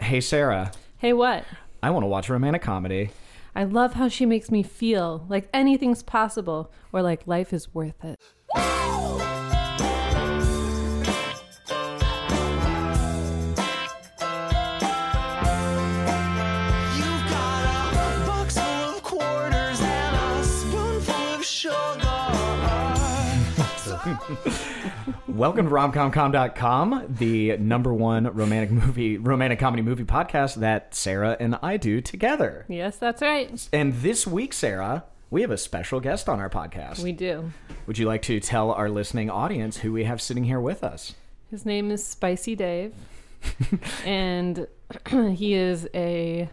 Hey, Sarah, Hey, what? I want to watch a romantic comedy. I love how she makes me feel like anything's possible or like life is worth it. You've got a box full of quarters and a spoonful of sugar. Welcome to romcomcom.com, the number one romantic movie, romantic comedy movie podcast that Sarah and I do together. Yes, that's right. And this week, Sarah, we have a special guest on our podcast. We do. Would you like to tell our listening audience who we have sitting here with us? His name is Spicy Dave, and he is a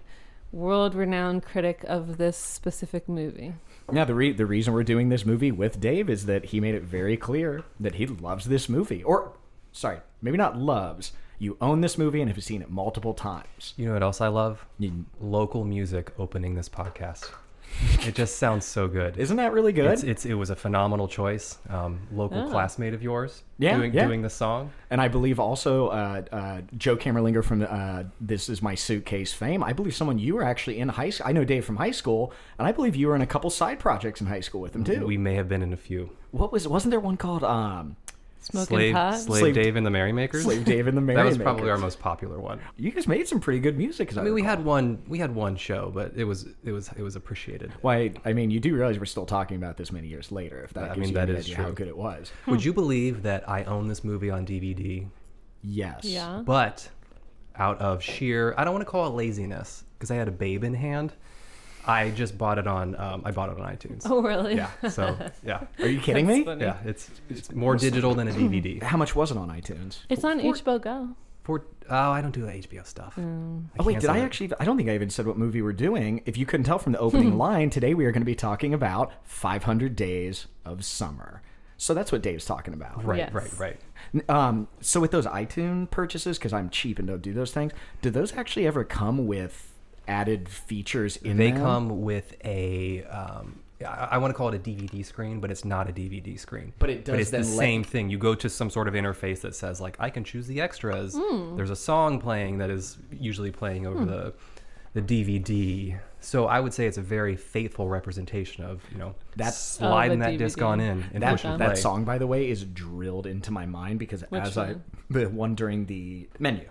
world renowned critic of this specific movie. Now, the, re- the reason we're doing this movie with Dave is that he made it very clear that he loves this movie. Or, sorry, maybe not loves. You own this movie and have seen it multiple times. You know what else I love? You- Local music opening this podcast. it just sounds so good. Isn't that really good? It's, it's it was a phenomenal choice. Um, local classmate of yours Yeah, doing yeah. doing the song. and I believe also uh, uh, Joe Camerlinger from uh, This Is My Suitcase fame. I believe someone you were actually in high school. I know Dave from high school, and I believe you were in a couple side projects in high school with him too. Mm-hmm. We may have been in a few. what was? Wasn't there one called um, Smoking slave, pot. slave Slave- Dave and the Merrymakers. Slave Dave and the that Merrymakers? was probably our most popular one. um, You guys made some pretty good music. as I mean, we had one we had one show, but it was it was it was appreciated. Why? I mean, you do realize we're still talking about this many years later. If that I gives mean, you that any is idea true. how good it was. Would you believe that I own this movie on DVD? Yes. Yeah. But out of sheer, I don't want to call it laziness because I had a babe in hand. I just bought it on um, I bought it on iTunes. Oh, really? Yeah. So yeah. Are you kidding me? funny. Yeah, it's it's more digital than a DVD. How much was it on iTunes? It's on HBO Go. For, oh, I don't do HBO stuff. Mm. Oh wait, did canceled I it. actually? I don't think I even said what movie we're doing. If you couldn't tell from the Hmm. opening line, today we are going to be talking about 500 Days of Summer. So that's what Dave's talking about. Right, Yes. right, right. Um, so with those iTunes purchases, because I'm cheap and don't do those things, do those actually ever come with added features in They them? come with a. Um, I, I want to call it a DVD screen, but it's not a DVD screen. But it does But it's the then let- same thing. You go to some sort of interface that says like, I can choose the extras. There's a song playing that is usually playing over the the DVD. So I would say it's a very faithful representation of you know That's- sliding Of a that disc DVD. on in and That, pushing play. that song, by the way, is drilled into my mind because as one? I the one during the menu.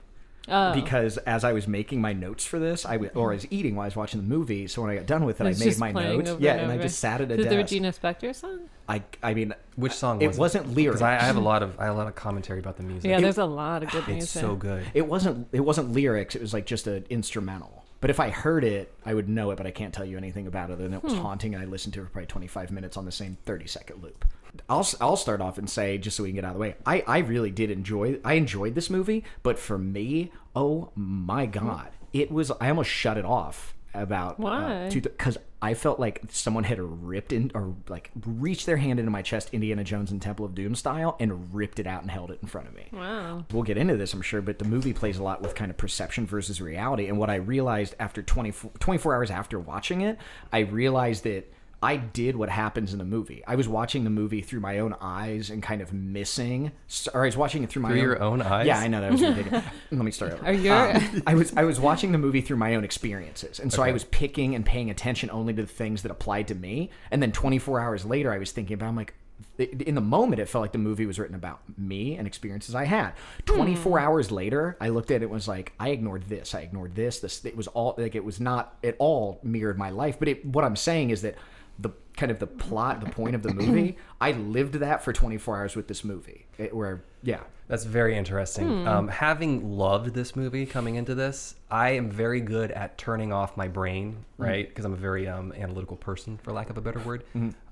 Oh. Because as I was making my notes for this, I w- or I was eating while I was watching the movie. So when I got done with it, I made It's Mm-hmm. just my playing notes. over Yeah, and I over. just sat at a Is it desk. the Regina Spektor song? I, I mean, Which song? it was wasn't lyrics. Because I, I have a lot of I have a lot of commentary about the music. Yeah, there's a lot of good it's music. so good. it wasn't it wasn't lyrics. It was like just an instrumental. But if I heard it, I would know it. But I can't tell you anything about it. other than it was Hmm. haunting, and I listened to it for probably 25 minutes on the same 30 second loop. I'll s- I'll start off and say just so we can get out of the way. I I really did enjoy. I enjoyed this movie, but for me, oh Hmm. my god, it was. I almost shut it off about uh, Why? because I felt like someone had ripped in or like reached their hand into my chest, Indiana Jones and Temple of Doom style, and ripped it out and held it in front of me Wow. we'll get into this, I'm sure, but the movie plays a lot with kind of perception versus reality. And what I realized after 24, 24 hours after watching it, I realized that I did what happens in the movie. I was watching the movie through my own eyes and kind of missing, or I was watching it through my Through your own eyes? Yeah, I know that was ridiculous. Let me start over. Um, Are your- I was I was watching the movie through my own experiences, and so I was picking and paying attention only to the things that applied to me. And then 24 hours later, I was thinking about. I'm like, in the moment, it felt like the movie was written about me and experiences I had. 24 hours later, I looked at it and was like, I ignored this, I ignored this. This it was all like it was not at all mirrored my life. But it, what I'm saying is that the kind of the plot, the point of the movie, I lived that for 24 hours with this movie. It, where yeah, That's very interesting. Um, having loved this movie coming into this, I am very good at turning off my brain, right? Because I'm a very um, analytical person, for lack of a better word.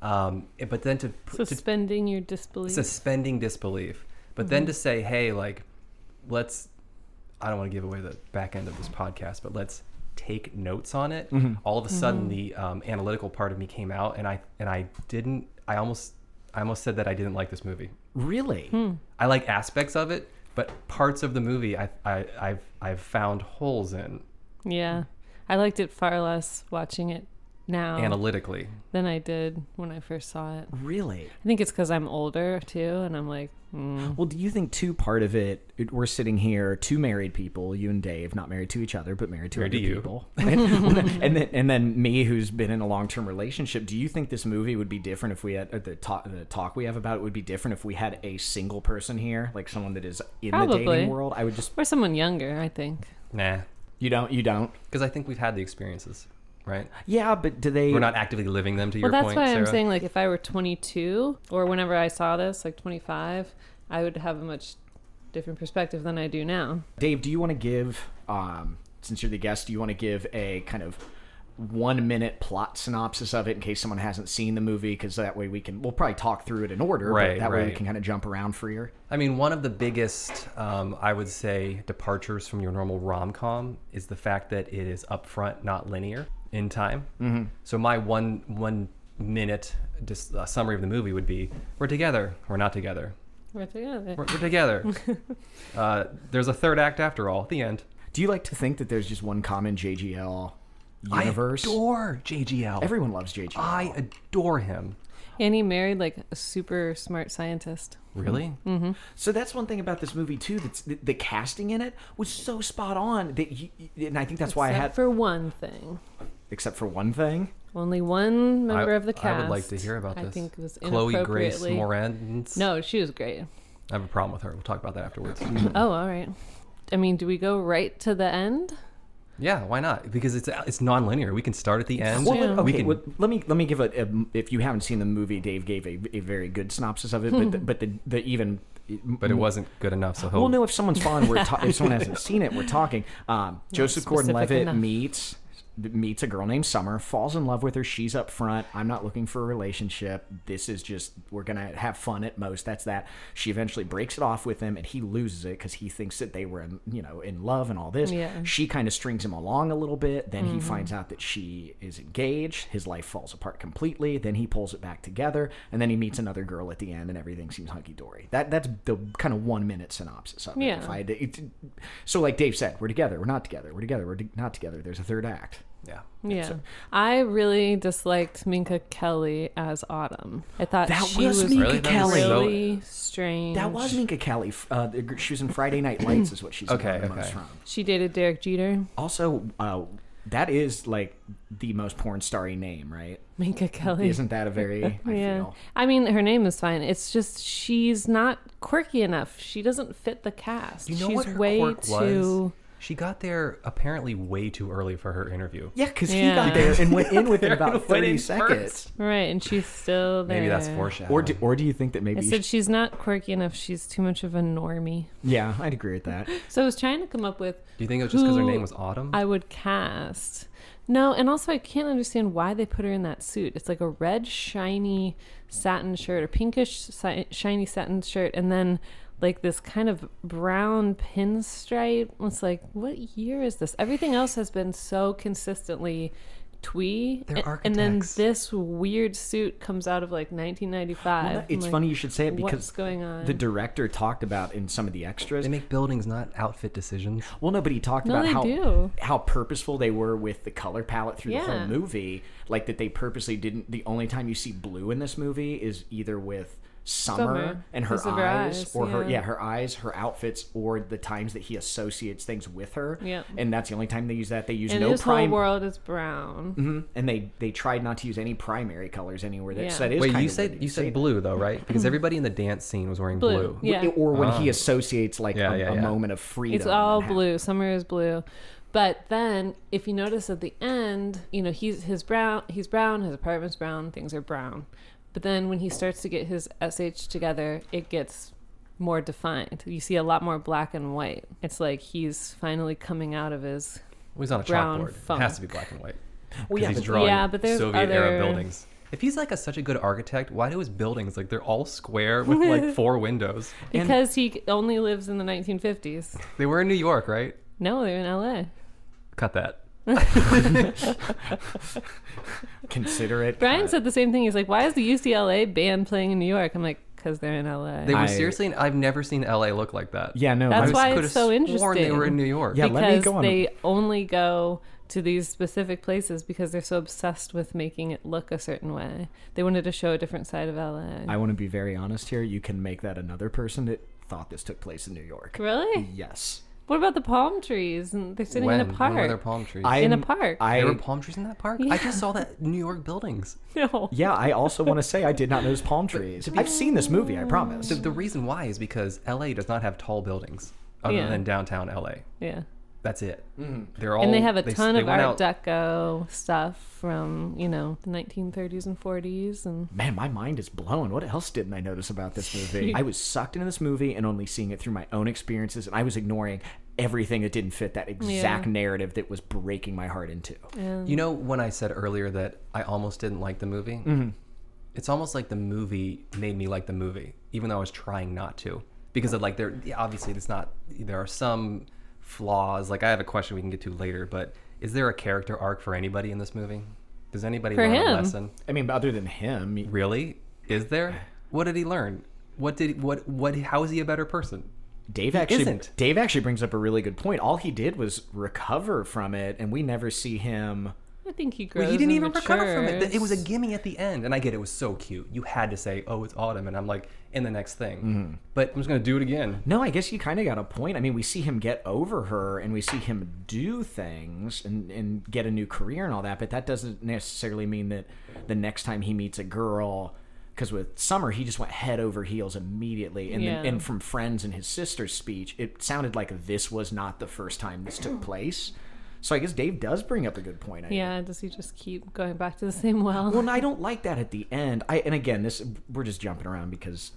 Um, it- but then to, put- to Suspending your disbelief. suspending disbelief, but then to say, hey, like, let's, I don't want to give away the back end of this podcast, but let's take notes on it. All of a sudden, the um, analytical part of me came out, and I and I didn't. I almost, I almost said that I didn't like this movie. really. I like aspects of it, but parts of the movie I, I I've I've found holes in. Mm. Yeah. I liked it far less watching it now analytically. than I did when I first saw it. Really? I think it's because I'm older too, and I'm like, mm, Well, do you think too part of it? it- We're sitting here, two married people, you and Dave, not married to each other, but married to Married other to you. people, and, and then and then me, who's been in a long term relationship. Do you think this movie would be different if we had or the talk the talk we have about it would be different if we had a single person here, like someone that is in the Probably. dating world? I would just or someone younger. I think Nah, you don't you don't because I think we've had the experiences, right? yeah, but do they? We're not actively living them. To well your that's point, why Sarah. i'm saying like if i were 22 or whenever i saw this like 25 i would have a much different perspective than i do now Dave, do you want to give, um, since you're the guest, do you want to give a kind of one minute plot synopsis of it in case someone hasn't seen the movie? Because that way we can, we'll probably talk through it in order, Right, but that way we right. can kind of jump around freer. I mean, one of the biggest, um, I would say, departures from your normal rom com is the fact that it is upfront, not linear in time. Mm-hmm. So my one one minute dis- uh, summary of the movie would be: We're together. We're not together. we're together We're, we're together. uh, there's a third act after all. The end. Do you like to think that there's just one common JGL universe? I adore JGL. Everyone loves JGL. I adore him. and he married like a super smart scientist Really? So that's one thing about this movie too. That's the, the casting in it was so spot on that, you, and I think that's why I Except had, for one thing except for one thing. only one member of the cast I would like to hear about this. i think was Chloe Grace inappropriately- Moretz. no she was great I have a problem with her. We'll talk about that afterwards. oh all right i mean do we go right to the end yeah, why not? Because it's it's non-linear. We can start at the end. Well, Yeah. okay, We can- well, let me let me give a, a if you haven't seen the movie, Dave gave a, a very good synopsis of it, but the, but the, the even But it wasn't good enough, so he'll well, no, if someone's fond, we're ta- if someone hasn't seen it, we're talking. Um, Joseph specific Gordon-Levitt enough. meets meets a girl named Summer, falls in love with her. She's up front. I'm not looking for a relationship. This is just we're gonna have fun at most. That's that. She eventually breaks it off with him, and he loses it because he thinks that they were in, you know in love and all this. Yeah. She kind of strings him along a little bit. Then he finds out that she is engaged. His life falls apart completely. Then he pulls it back together, and then he meets another girl at the end, and everything seems hunky dory. That that's the kind of one minute synopsis of it. Yeah. If I had to- it- so like Dave said, we're together. We're not together. We're together. We're not together. There's a third act. Yeah. yeah i really disliked minka kelly as autumn i thought That she was was Minka Really? That was Kelly. so- really strange. That was Minka Kelly. F- Uh, the gr- she was in Friday Night Lights, is what she's known Okay, the most okay. from. She dated Derek Jeter. Also, uh, that is like the most porn starry name, right? Minka Kelly. Isn't that a very? I yeah. feel. I mean, her name is fine. It's just she's not quirky enough. She doesn't fit the cast. You know she's what her way quirk was? too. She got there apparently way too early for her interview. Yeah, because Yeah. he got there and went in within about Went in thirty seconds. first. Right, and she's still there. Maybe that's foreshadowing. Or do, or do you think that maybe? I said she's not quirky enough. She's too much of a normie. yeah, I'd agree with that. So I was trying to come up with do you think it was just because her who name was Autumn? I would cast. No, and also I can't understand why they put her in that suit. It's like a red shiny satin shirt, a pinkish si- shiny satin shirt, and then like this kind of brown pinstripe. It's like, what year is this? Everything else has been so consistently twee, They're a- and then architects. this weird suit comes out of like 1995. Well, I'm it's like, funny you should say it because what's going on? the director talked about in some of the extras. they make buildings, not outfit decisions. Well, no, but he talked No, about they how do. how purposeful they were with the color palette through the whole Yeah. movie. Like that, they purposely didn't. The only time you see blue in this movie is either with Summer, Summer, and her eyes, 'cause of her eyes, or her yeah. yeah, her eyes, her outfits, or the times that he associates things with her. Yeah. and that's the only time they use that. They use And no this prime. Mm-hmm. whole world is brown. and they they tried not to use any primary colors anywhere. That, Yeah. so that is Wait, kind you of said weird. you said blue though, right? Because everybody in the dance scene was wearing blue. Mm-hmm. Blue, yeah. or when he associates like Ah. Yeah, a, yeah, a yeah. moment of freedom. It's all and hap- blue. Summer is blue. But then if you notice at the end, you know, he's his brown he's brown, his apartment's brown, things are brown. But then when he starts to get his SH together, it gets more defined. You see a lot more black and white. It's like he's finally coming out of his Well, he's on a Brown chalkboard. It has to be black and white. Well, yeah, he's but- drawing Yeah, but there's Soviet era other- buildings. If he's like a, such a good architect, why do his buildings like they're all square with like four windows? because he only lives in the 1950s. They were in New York, right? No, they're in LA. Cut that. Consider it. Brian said the same thing. He's like, "Why is the UCLA band playing in New York?" I'm like, "Cause they're in LA." They were I- seriously. I've never seen LA look like that. Yeah, no. That's I was- why I it's could've so sworn They were interesting. in New York. Yeah. let me because go on- they only go to these specific places because they're so obsessed with making it look a certain way. They wanted to show a different side of LA. I want to be very honest here. You can make that another person that thought this took place in New York. really? Yes. What about the palm trees? And they're sitting Hmm. when, in a When were there park. palm trees? I In a park. I there were palm trees in that park. I just saw that New York buildings. no. yeah. I also want to say I did not notice palm trees. I've seen this movie. I promise. The, the reason why is because LA does not have tall buildings other Yeah. than downtown LA. Yeah. That's it. Mm-hmm. They're all And they have a s- ton Oh, they of went Art out- Deco stuff from, you know, the 1930s and 40s. And Man, my mind is blown. What else didn't I notice about this movie? I was sucked into this movie and only seeing it through my own experiences, and I was ignoring everything that didn't fit that exact Yeah. narrative that was breaking my heart into. You know, Mm-hmm. when I said earlier that I almost didn't like the movie, it's almost like the movie made me like the movie, even though I was trying not to. Because of like there, yeah, obviously, it's not. There are some flaws. Like I have a question we can get to later, but is there a character arc for anybody in this movie? Does anybody For learn a him. lesson? I mean, other than him, y- Really? Is there? What did he learn? What did what what? How is he a better person? Dave actually isn't. Dave actually brings up a really good point. All he did was recover from it, and we never see him. I think he grows. Well, he didn't and even recover from it. It was a matures. gimme at the end, and I get it was so cute. You had to say, "Oh, it's autumn," and I'm like, "In the next thing," Mm-hmm. but I'm just gonna do it again. No, I guess you kind of got a point. I mean, we see him get over her, and we see him do things and and get a new career and all that. But that doesn't necessarily mean that the next time he meets a girl. Because with Summer, he just went head over heels immediately, and then, Yeah. and from friends and his sister's speech, it sounded like this was not the first time this took place. So I guess Dave does bring up a good point. I Yeah, does he just keep going back to the same well? Well, and I don't like that at the end. I and again, this we're just jumping around because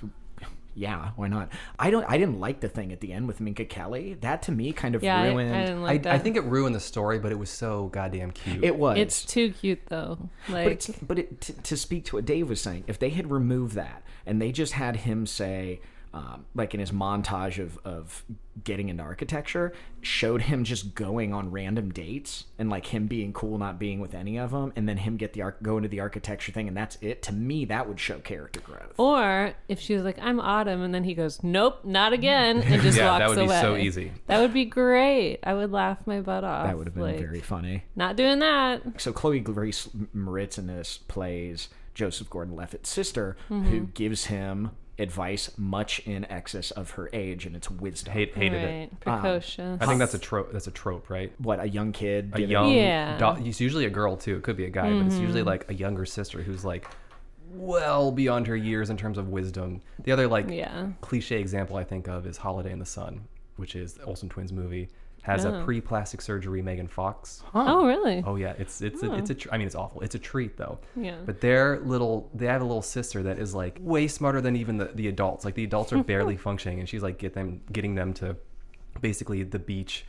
yeah, why not? I don't I didn't like the thing at the end with Minka Kelly. That to me kind of yeah, I, I ruined didn't like I, that. I think it ruined the story, but it was so goddamn cute. it was. it's too cute though. but Like, it's, but it, t- to speak to what Dave was saying, if they had removed that and they just had him say, um, like in his montage of, of getting into architecture, showed him just going on random dates and like him being cool, not being with any of them, and then him get the arch- go into the architecture thing, and that's it. To me, that would show character growth. or if she was like, "I'm Autumn," and then he goes, "Nope, not again," and just Yeah, walks that would be away. so easy. That would be great. I would laugh my butt off. That would have been Like, very funny. Not doing that. So Chloe Grace Moritz in this plays Joseph Gordon-Levitt's sister, Mm-hmm. who gives him advice much in excess of her age and its wisdom. Hate, hated right. Um, it. Precocious. I think that's a trope. That's a trope, right? What a young kid, A did it. young, Yeah. Mm-hmm. do- it's usually a girl too. It could be a guy, but it's usually like a younger sister who's like well beyond her years in terms of wisdom. The other like Yeah. cliche example I think of is Holiday in the Sun, which is the Olsen twins movie. Has a pre-plastic surgery Megan Fox. Oh, really? Oh yeah, it's it's a, it's a tr- I mean it's awful. It's a treat though. Hmm. Yeah. But their little they have a little sister that is like way smarter than even the, the adults. Like the adults are barely functioning and she's like get them getting them to basically the beach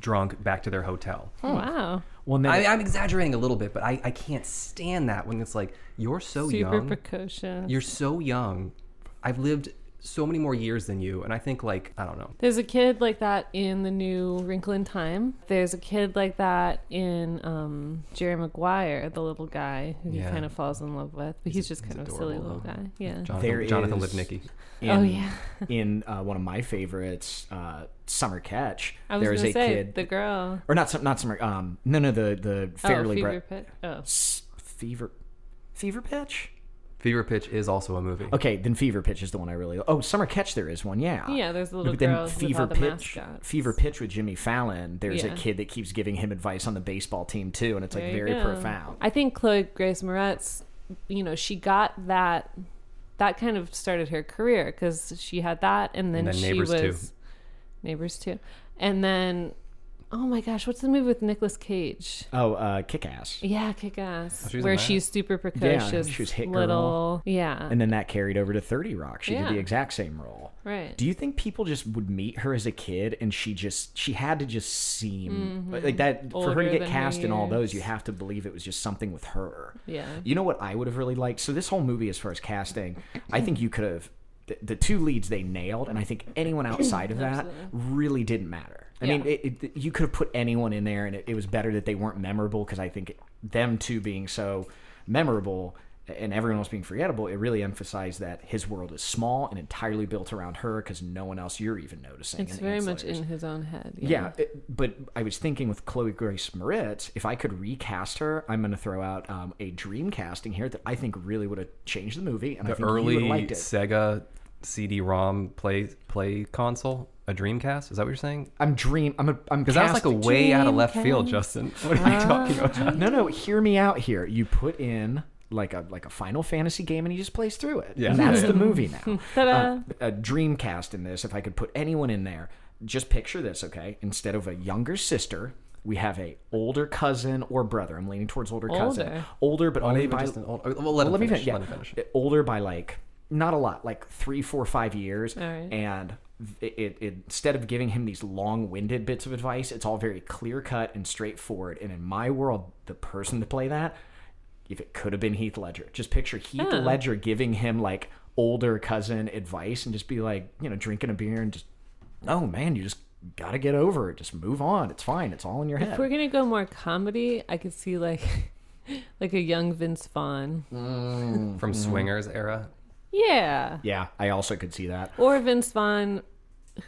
drunk back to their hotel. Hmm. Wow. Well, and then I, I'm exaggerating a little bit, but I, I can't stand that when it's like you're so Super young. precocious. You're so young. I've lived so many more years than you and I think like I don't know. There's a kid like that in the new Wrinkle in Time. There's a kid like that in um, Jerry Maguire, the little guy who Yeah. he kind of falls in love with, but he's, just kind of a silly adorable, little though. guy. Yeah. Jonathan, There Jonathan is- Lipnicki. in, Oh, yeah. in uh, one of my favorites, uh, Summer Catch, I was there going is to a say kid, the girl. or not, Sum- not Summer. Um, no, no, the the oh, Fairly fever Bre- pit. Oh. S- fever, fever pitch. Fever Pitch is also a movie. Okay, then Fever Pitch is the one I really. Oh, Summer Catch, there is one, yeah. Yeah, there's the little But then girls with Fever all the Pitch, mascots. Fever Pitch with Jimmy Fallon. There's a Yeah. kid that keeps giving him advice on the baseball team too, and it's like There you very go. profound. I think Chloe Grace Moretz, you know, she got that. That kind of started her career because she had that, and then, then she Neighbors, was too. neighbors too, and then oh my gosh, what's the movie with Nicolas Cage? Oh, uh, Kick Ass, Yeah, Kick Oh, Ass, she was in where that. she's super precocious, she was Hit Girl. little, yeah, and then that carried over to Thirty Rock. She Yeah. did the exact same role. right. Do you think people just would meet her as a kid, and she just she had to just seem like that for her Mm-hmm. Older to get than her cast in all those? You years. have to believe it was just something with her. Yeah. You know what I would have really liked? So this whole movie, as far as casting, I think you could have the, the two leads they nailed, and I think anyone outside of that really didn't matter. I mean, Yeah. it, it, you could have put anyone in there, and it, it was better that they weren't memorable because I think them two being so memorable and everyone was being forgettable, it really emphasized that his world is small and entirely built around her because no one else you're even noticing. It's in the very much ancillaries. in his own head. Yeah, it- but I was thinking with Chloe Grace Moritz, if I could recast her, I'm going to throw out um, a dream casting here that I think really would have changed the movie, and I the think early you would have liked it. Sega CD-ROM play play console, a Dreamcast. Is that what you're saying? I'm dream. I'm a. I'm Because that was like a casting- way out of left field, Dreamcast. Justin. What are you talking about? No, no. Hear me out here. You put in like a like a Final Fantasy game, and he just plays through it. Yeah. and that's the movie now. Ta-da. Uh, a Dreamcast in this. If I could put anyone in there, just picture this, okay? Instead of a younger sister. We have a older cousin or brother. I'm leaning towards older, cousin. Older. Older, but Not only even by just an old. Well, let, him Well, let me finish. finish. Yeah. Let him finish. Uh, Older by like not a lot, like three, four, five years, right. and it, it, it instead of giving him these long-winded bits of advice, it's all very clear-cut and straightforward. And in my world, the person to play that, if it could have been Heath Ledger, just picture Heath Ledger giving him like older cousin advice, and just be like, you know, drinking a beer and just, oh man, you just gotta get over it, just move on. It's fine. It's all in your If head. we're gonna go more comedy, I could see like like a young Vince Vaughn. From Swingers era. Yeah. Yeah, I also could see that. Or Vince Vaughn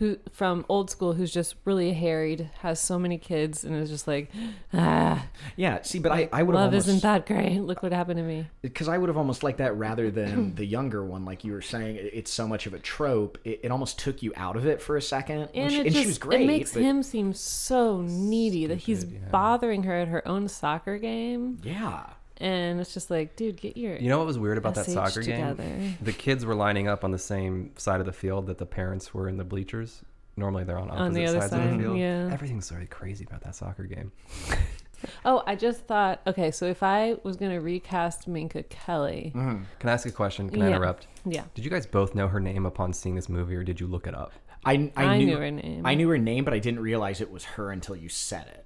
who from old school who's just really harried, has so many kids and is just like, ah, Yeah, see, but I, I would have love almost... isn't that great. Look what happened to me. because I would have almost liked that rather than Hmm. the younger one, like you were saying. it- It's so much of a trope; it, it almost took you out of it for a second. And, And, she, it and just she was great. it makes but- him seem so needy that he's bothering her at her own soccer game. yeah, And it's just like, dude, get your You know what was weird about that SH soccer together. game? The kids were lining up on the same side of the field that the parents were in the bleachers. Normally they're on opposite On the other sides of side, the field. yeah. Everything's really crazy about that soccer game. Oh, I just thought, okay, so if I was gonna recast Minka Kelly, Mm-hmm, Can I ask a question? Can I Yeah. interrupt? yeah. Did you guys both know her name upon seeing this movie, or did you look it up? I, I, I knew, knew her name. I knew her name, but I didn't realize it was her until you said it.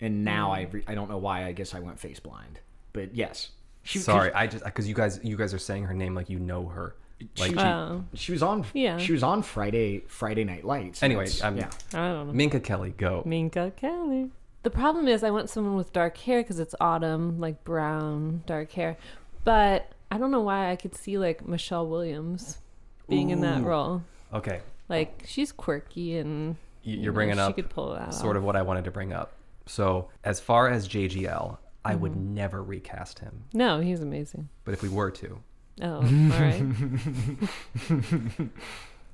And now I Hmm. re- I don't know why. I guess I went face blind. But yes, she, 'cause Sorry, I just because you guys you guys are saying her name like you know her. Like She- she- Oh, she was on. Yeah. she was on Friday Friday Night Lights. and Anyway, that's- I'm- yeah. I don't know. Minka Kelly, go. Minka Kelly. The problem is, I want someone with dark hair because it's autumn, like brown, dark hair. But I don't know why I could see like Michelle Williams being in that Ooh. role. Okay, Like she's quirky and y- you you're know, bringing she up could pull that sort of what I wanted to bring up. So as far as JGL, I would Mm-hmm. never recast him. No, he's amazing. But if we were to, Oh, all right.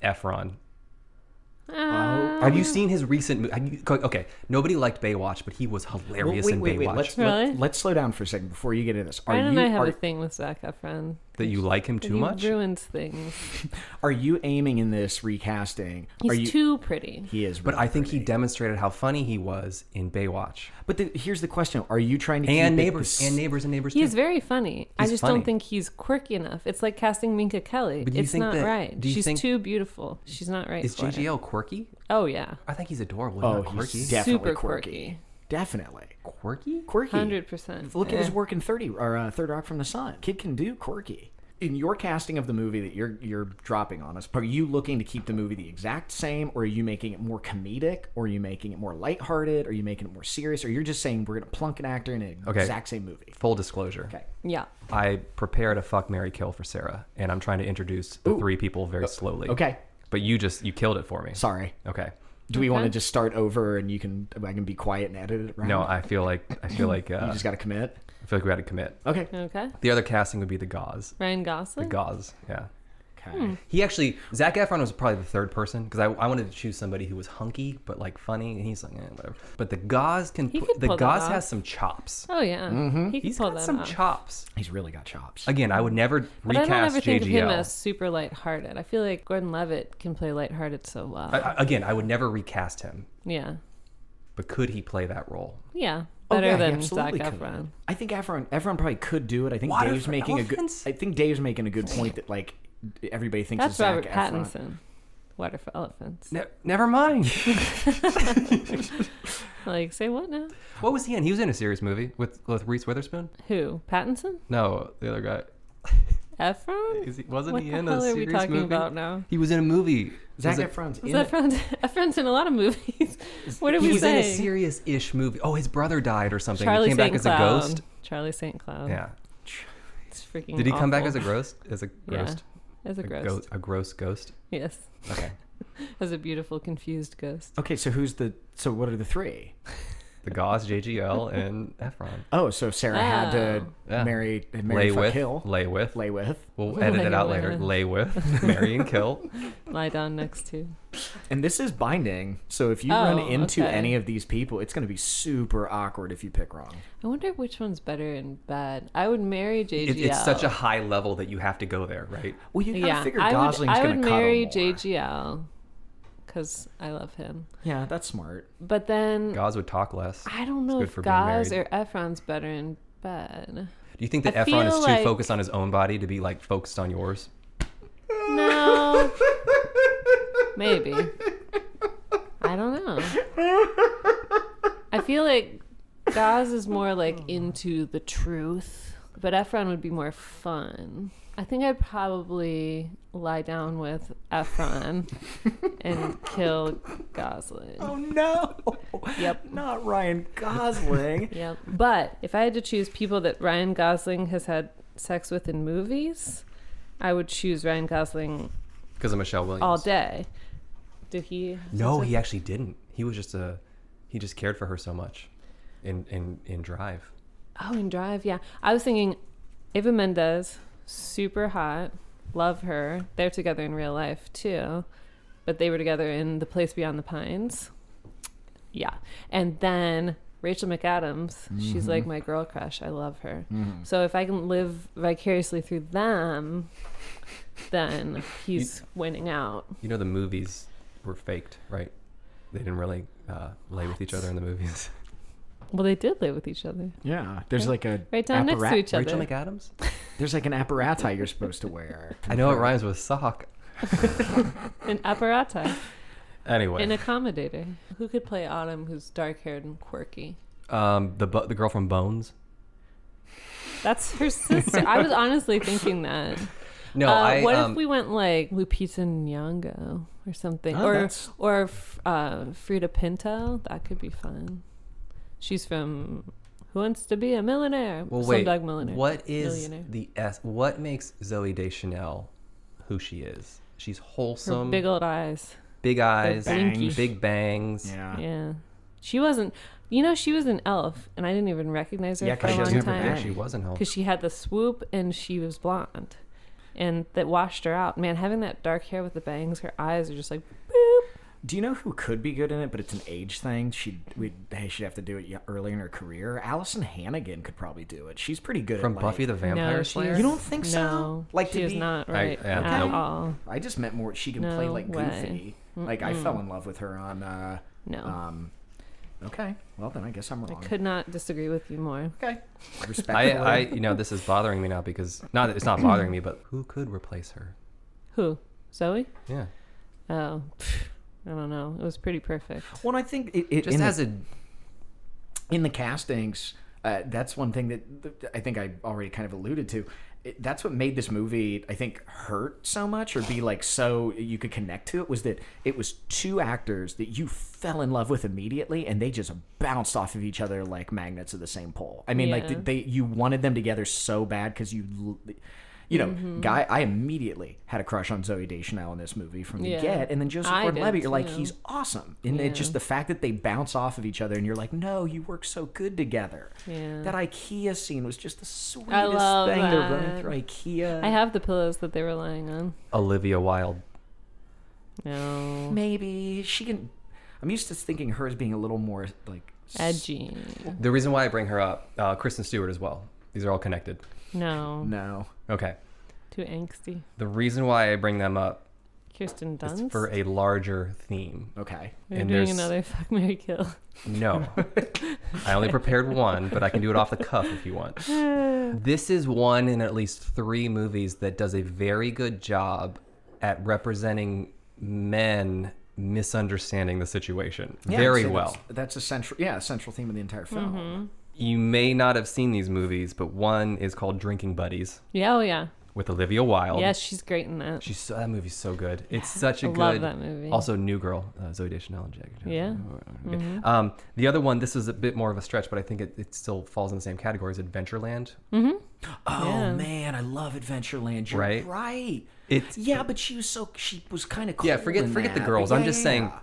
Efron. Ah, Have you seen his recent movie? Okay, nobody liked Baywatch, but he was Well, hilarious wait, in wait, Baywatch. wait. Let's Really? let, us slow down for a second before you get into this. Are Ryan and you I have are, a thing with Zac Efron. That you like him too he much? ruins things. are you aiming in this recasting? He's are you, too pretty. He is, But really I think he pretty. demonstrated how funny he was in Baywatch. But the, here's the question: Are you trying to And keep it neighbors, the s- and neighbors, and neighbors. He's too. very funny. I He's just funny. don't think he's quirky enough. It's like casting Minka Kelly. But do you It's think not that- right. do you She's think- too beautiful. She's not right. Is for it. JGL quirky? Oh yeah, I think he's adorable. Oh, not he's quirky. definitely super quirky. quirky, definitely quirky? quirky. hundred eh. percent. Look at his work in Thirty or uh, Third Rock from the Sun. Kid can do quirky. In your casting of the movie that you're you're dropping on us, are you looking to keep the movie the exact same, or are you making it more comedic, or are you making it more lighthearted, or are you making it more serious, or you're just saying we're gonna plunk an actor in an Okay. exact same movie? Full disclosure. Okay. Yeah, I prepared a fuck Mary Kill for Sarah, and I'm trying to introduce the three people very slowly. Oh, Okay. But you just you killed it for me. Sorry. Okay. Do we want to Okay. just start over and you can I can be quiet and edit it? Around? No, I feel like I feel like you uh, just Oh. got to commit. I feel like we had to commit. Okay. okay. The other casting would be the gauze. Ryan The Gosling. gauze. Yeah. Okay. Hmm. He actually Zach Efron was probably the third person because I, I wanted to choose somebody who was hunky but like funny and he's like eh, whatever. But the gauze can He pu- could the pull that gauze off. has some chops. oh yeah, he can Mm-hmm. He's pull got that some off. chops. He's really got chops. Again, I would never but I don't recast ever think of him JGL. as super lighthearted. I feel like Gordon Levitt can play lighthearted so well. I- I- again, I would never recast him. yeah, but But could he play that role? yeah, Oh, better yeah, he than Zac absolutely could. Efron. I think Efron Efron probably could do it. I think Water Dave's for making elephants? a good. I think Dave's making a good point that like everybody thinks That's it's Zac Robert Efron. Pattinson. Water for Elephants. Ne- never mind. Like, say what now? what was he in? He was in a serious movie with with Reese Witherspoon. Who? Pattinson? No, the other guy. Efron? Is he, wasn't What he the in a hell are we serious talking movie? about now? He was in a movie. Zac Was it- Efron's in Is that it. friends? Friends in a lot of movies. What are He we was in a saying? serious-ish movie. Oh, his brother died or something. Charlie he came St. back as Cloud. a ghost. Charlie St. Cloud. Yeah. It's freaking. Did he come back awful. as a gross? As a gross? Yeah, as a gross. ghost? A gross ghost? Yes, Okay. as a beautiful confused ghost. Okay, so who's the? So what are the three? The Gauze, JGL, and Efron. Oh, so Sarah had Oh. to Yeah. marry, marry Lay fuck, with, kill, lay with. lay with, We'll edit it Lay out later. with. Lay with, marry and kill. Lie down next to. and this is binding. So if you Oh, run into okay. any of these people, it's going to be super awkward if you pick wrong. I wonder which one's better and bad. I would marry JGL. It, it's such a high level that you have to go there, right? Well, you gotta yeah. figure I would, Gosling's I going would to marry cuddle more. JGL because I love him. Yeah, that's smart. But then Gauze would talk less. Do I don't know good if for being Gaz or married. Efron's better in bed. you think that I Efron is feel too like- focused on his own body to be like focused on yours? No. Maybe. I don't know. I feel like Gaz is more like into the truth, but Efron would be more fun. I think I'd probably lie down with Efron and kill Gosling. Oh no! Yep. Not Ryan Gosling. Yep. But if I had to choose people that Ryan Gosling has had sex with in movies, I would choose Ryan Gosling Because of Michelle Williams. all day. Did he? No, he actually didn't. He was just a he just cared for her so much in in in Drive. Oh, in Drive, yeah. I was thinking Eva Mendes, super hot. Love her. They're together in real life too. But they were together in The Place Beyond the Pines. Yeah. And then Rachel McAdams, she's like my girl crush. I love her. So if I can live vicariously through them, then he's winning out. You know the movies were faked, right? They didn't really uh, lay with each other in the movies. Well, they did live with each other. Yeah, there's like a Right down next to each other. Rachel McAdams? There's like an apparati you're supposed to wear. I know it rhymes with sock. An apparata, Anyway, an accommodator. Who could play Autumn who's dark haired and quirky? um, the bu- the girl from Bones. That's her sister. I was honestly thinking that. No, uh, I. what um, if we went like Lupita Nyong'o or something, Ah, Oh, or that's- or f- uh, Frida Pinto? That could be fun. She's from Who Wants to Be a Millionaire? Well, wait. Slumdog Millionaire. What is Millionaire. the S? What makes Zoe Deschanel who she is? She's Her wholesome, big old eyes. big eyes, blinky. big bangs. Yeah. Yeah, she wasn't. You know, she was an elf, and I didn't even recognize her Yeah, for 'cause a she long doesn't have her time. bangs. She wasn't helped. because she had the swoop and she was blonde and that washed her out man having that dark hair with the bangs her eyes are just like boop Do you know who could be good in it? But it's an age thing. She would hey, she'd have to do it y- early in her career. Allison Hannigan could probably do it. She's pretty good From at, like- Buffy the Vampire no, Slayer. she's- You don't think so? no, Like, she to is be- not I- right yeah, at no. all I just meant more. She can play No like way. goofy. Like I fell in love with her on. Uh, no um, okay. Well then, I guess I'm wrong. Oh. could not disagree with you more Okay. I, Respectfully. I, you know, this is bothering me now because not that it's not bothering me, but who could replace her? who zoe Yeah, oh pff, i don't know it was pretty perfect well, I think it, it just in the- has a in the castings, uh, that's one thing that that I think I already kind of alluded to. It, that's what made this movie, I think, hurt so much or be like so you could connect to it was that it was two actors that you fell in love with immediately and they just bounced off of each other like magnets of the same pole. I mean, like Yeah. they, you wanted them together so bad because you. l- You know, Mm-hmm. guy, I immediately had a crush on Zoe Deschanel in this movie from the Yeah. get, and then Joseph I Gordon-Levitt. did, You're like, too. he's awesome. And Yeah. it's just the fact that they bounce off of each other and you're like, no, you work so good together. Yeah. That IKEA scene was just the sweetest love thing. They're running that. through IKEA. i have the pillows that they were lying on Olivia Wilde. no Maybe she can. I'm used to thinking her as being a little more like. s- edgy The reason why I bring her up, uh, Kristen Stewart as well. These are all connected. no No. Okay. too angsty The reason why I bring them up kirsten is dunst for a larger theme. Okay. we're and doing there's- another fuck mary kill No. I only prepared one, but I can do it off the cuff if you want. This is one in at least three movies that does a very good job at representing men misunderstanding the situation Yeah, I'd very say well. That's, that's a central, yeah, a central theme of the entire film. Mm-hmm. You may not have seen these movies, but one is called Drinking Buddies yeah oh yeah with Olivia Wilde. yes she's great in that She's so, that movie's so good. It's such a I good. love that movie. Also, New Girl, uh, Zoe Deschanel and Jack. Yeah. Okay. Um, the other one, this is a bit more of a stretch, but I think it, it still falls in the same category as Adventureland. Oh Yeah. man, I love Adventureland. You're right. Right. It's- yeah, but she was so she was kind of cool. Yeah, forget in forget the that. girls. Yeah, I'm just yeah, saying yeah.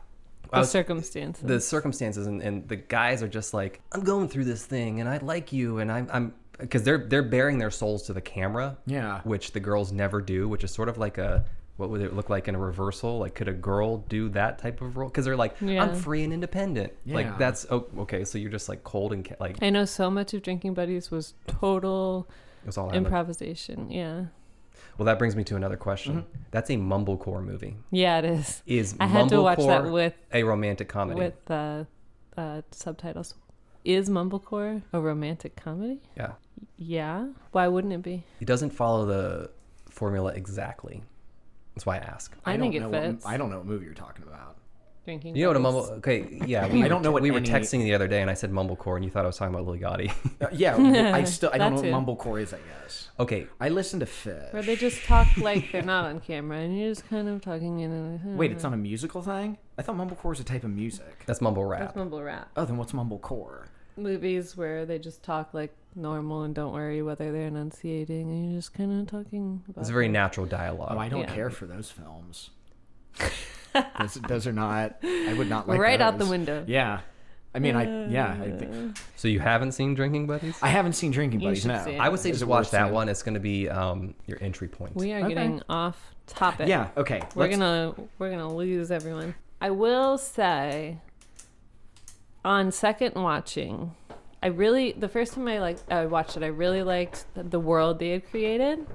I the was- circumstances. the circumstances and, and the guys are just like I'm going through this thing and I like you and I'm I'm because they're they're bearing their souls to the camera. Yeah. Which the girls never do, which is sort of like a what would it look like in a reversal? Like could a girl do that type of role? Because they're like Yeah. I'm free and independent. Yeah. Like that's oh, okay. So you're just like cold and ca- like I know so much of Drinking Buddies was total it's all out of- improvisation. Yeah. Well, that brings me to another question. That's a mumblecore movie. Yeah, it is. Is Mm-hmm. I had to watch that mumblecore with a romantic comedy? with uh, uh, subtitles. Is Mumblecore a romantic comedy? Yeah. Yeah. Why wouldn't it be? It doesn't follow the formula exactly. That's why I ask. I, think it don't know what- fits. I don't know what movie you're talking about. Drinking You know what a buddies. mumble? Okay, yeah. We I don't were- know what we were any- texting the other day, and I said mumblecore, and you thought I was talking about Lil Gotti. Uh, yeah, well, I still I don't know That what too. mumblecore is. I guess okay, I listen to Fish. Where they just talk like they're not on camera and you're just kind of talking in and Wait, it's not a musical thing. I thought mumblecore is a type of music. that's mumble That's rap. mumble rap. Oh, then what's mumblecore? Movies where they just talk like normal and don't worry whether they're enunciating and you're just kind of talking about It's very it. natural Oh, I dialogue. don't Yeah. care for those films. those, those are not. I would not like right out the those. window. Yeah, I mean, I yeah, I, think, So you haven't seen Drinking Buddies? I haven't seen Drinking You Buddies. should No, see it. I would say Is just it watch worth that seeing? one. It's going to be um, your entry point. We are Okay. getting off topic. Yeah. Okay. We're let's- gonna we're gonna lose everyone. I will say on second watching, I really the first time I like I watched it, I really liked the, the world they had created.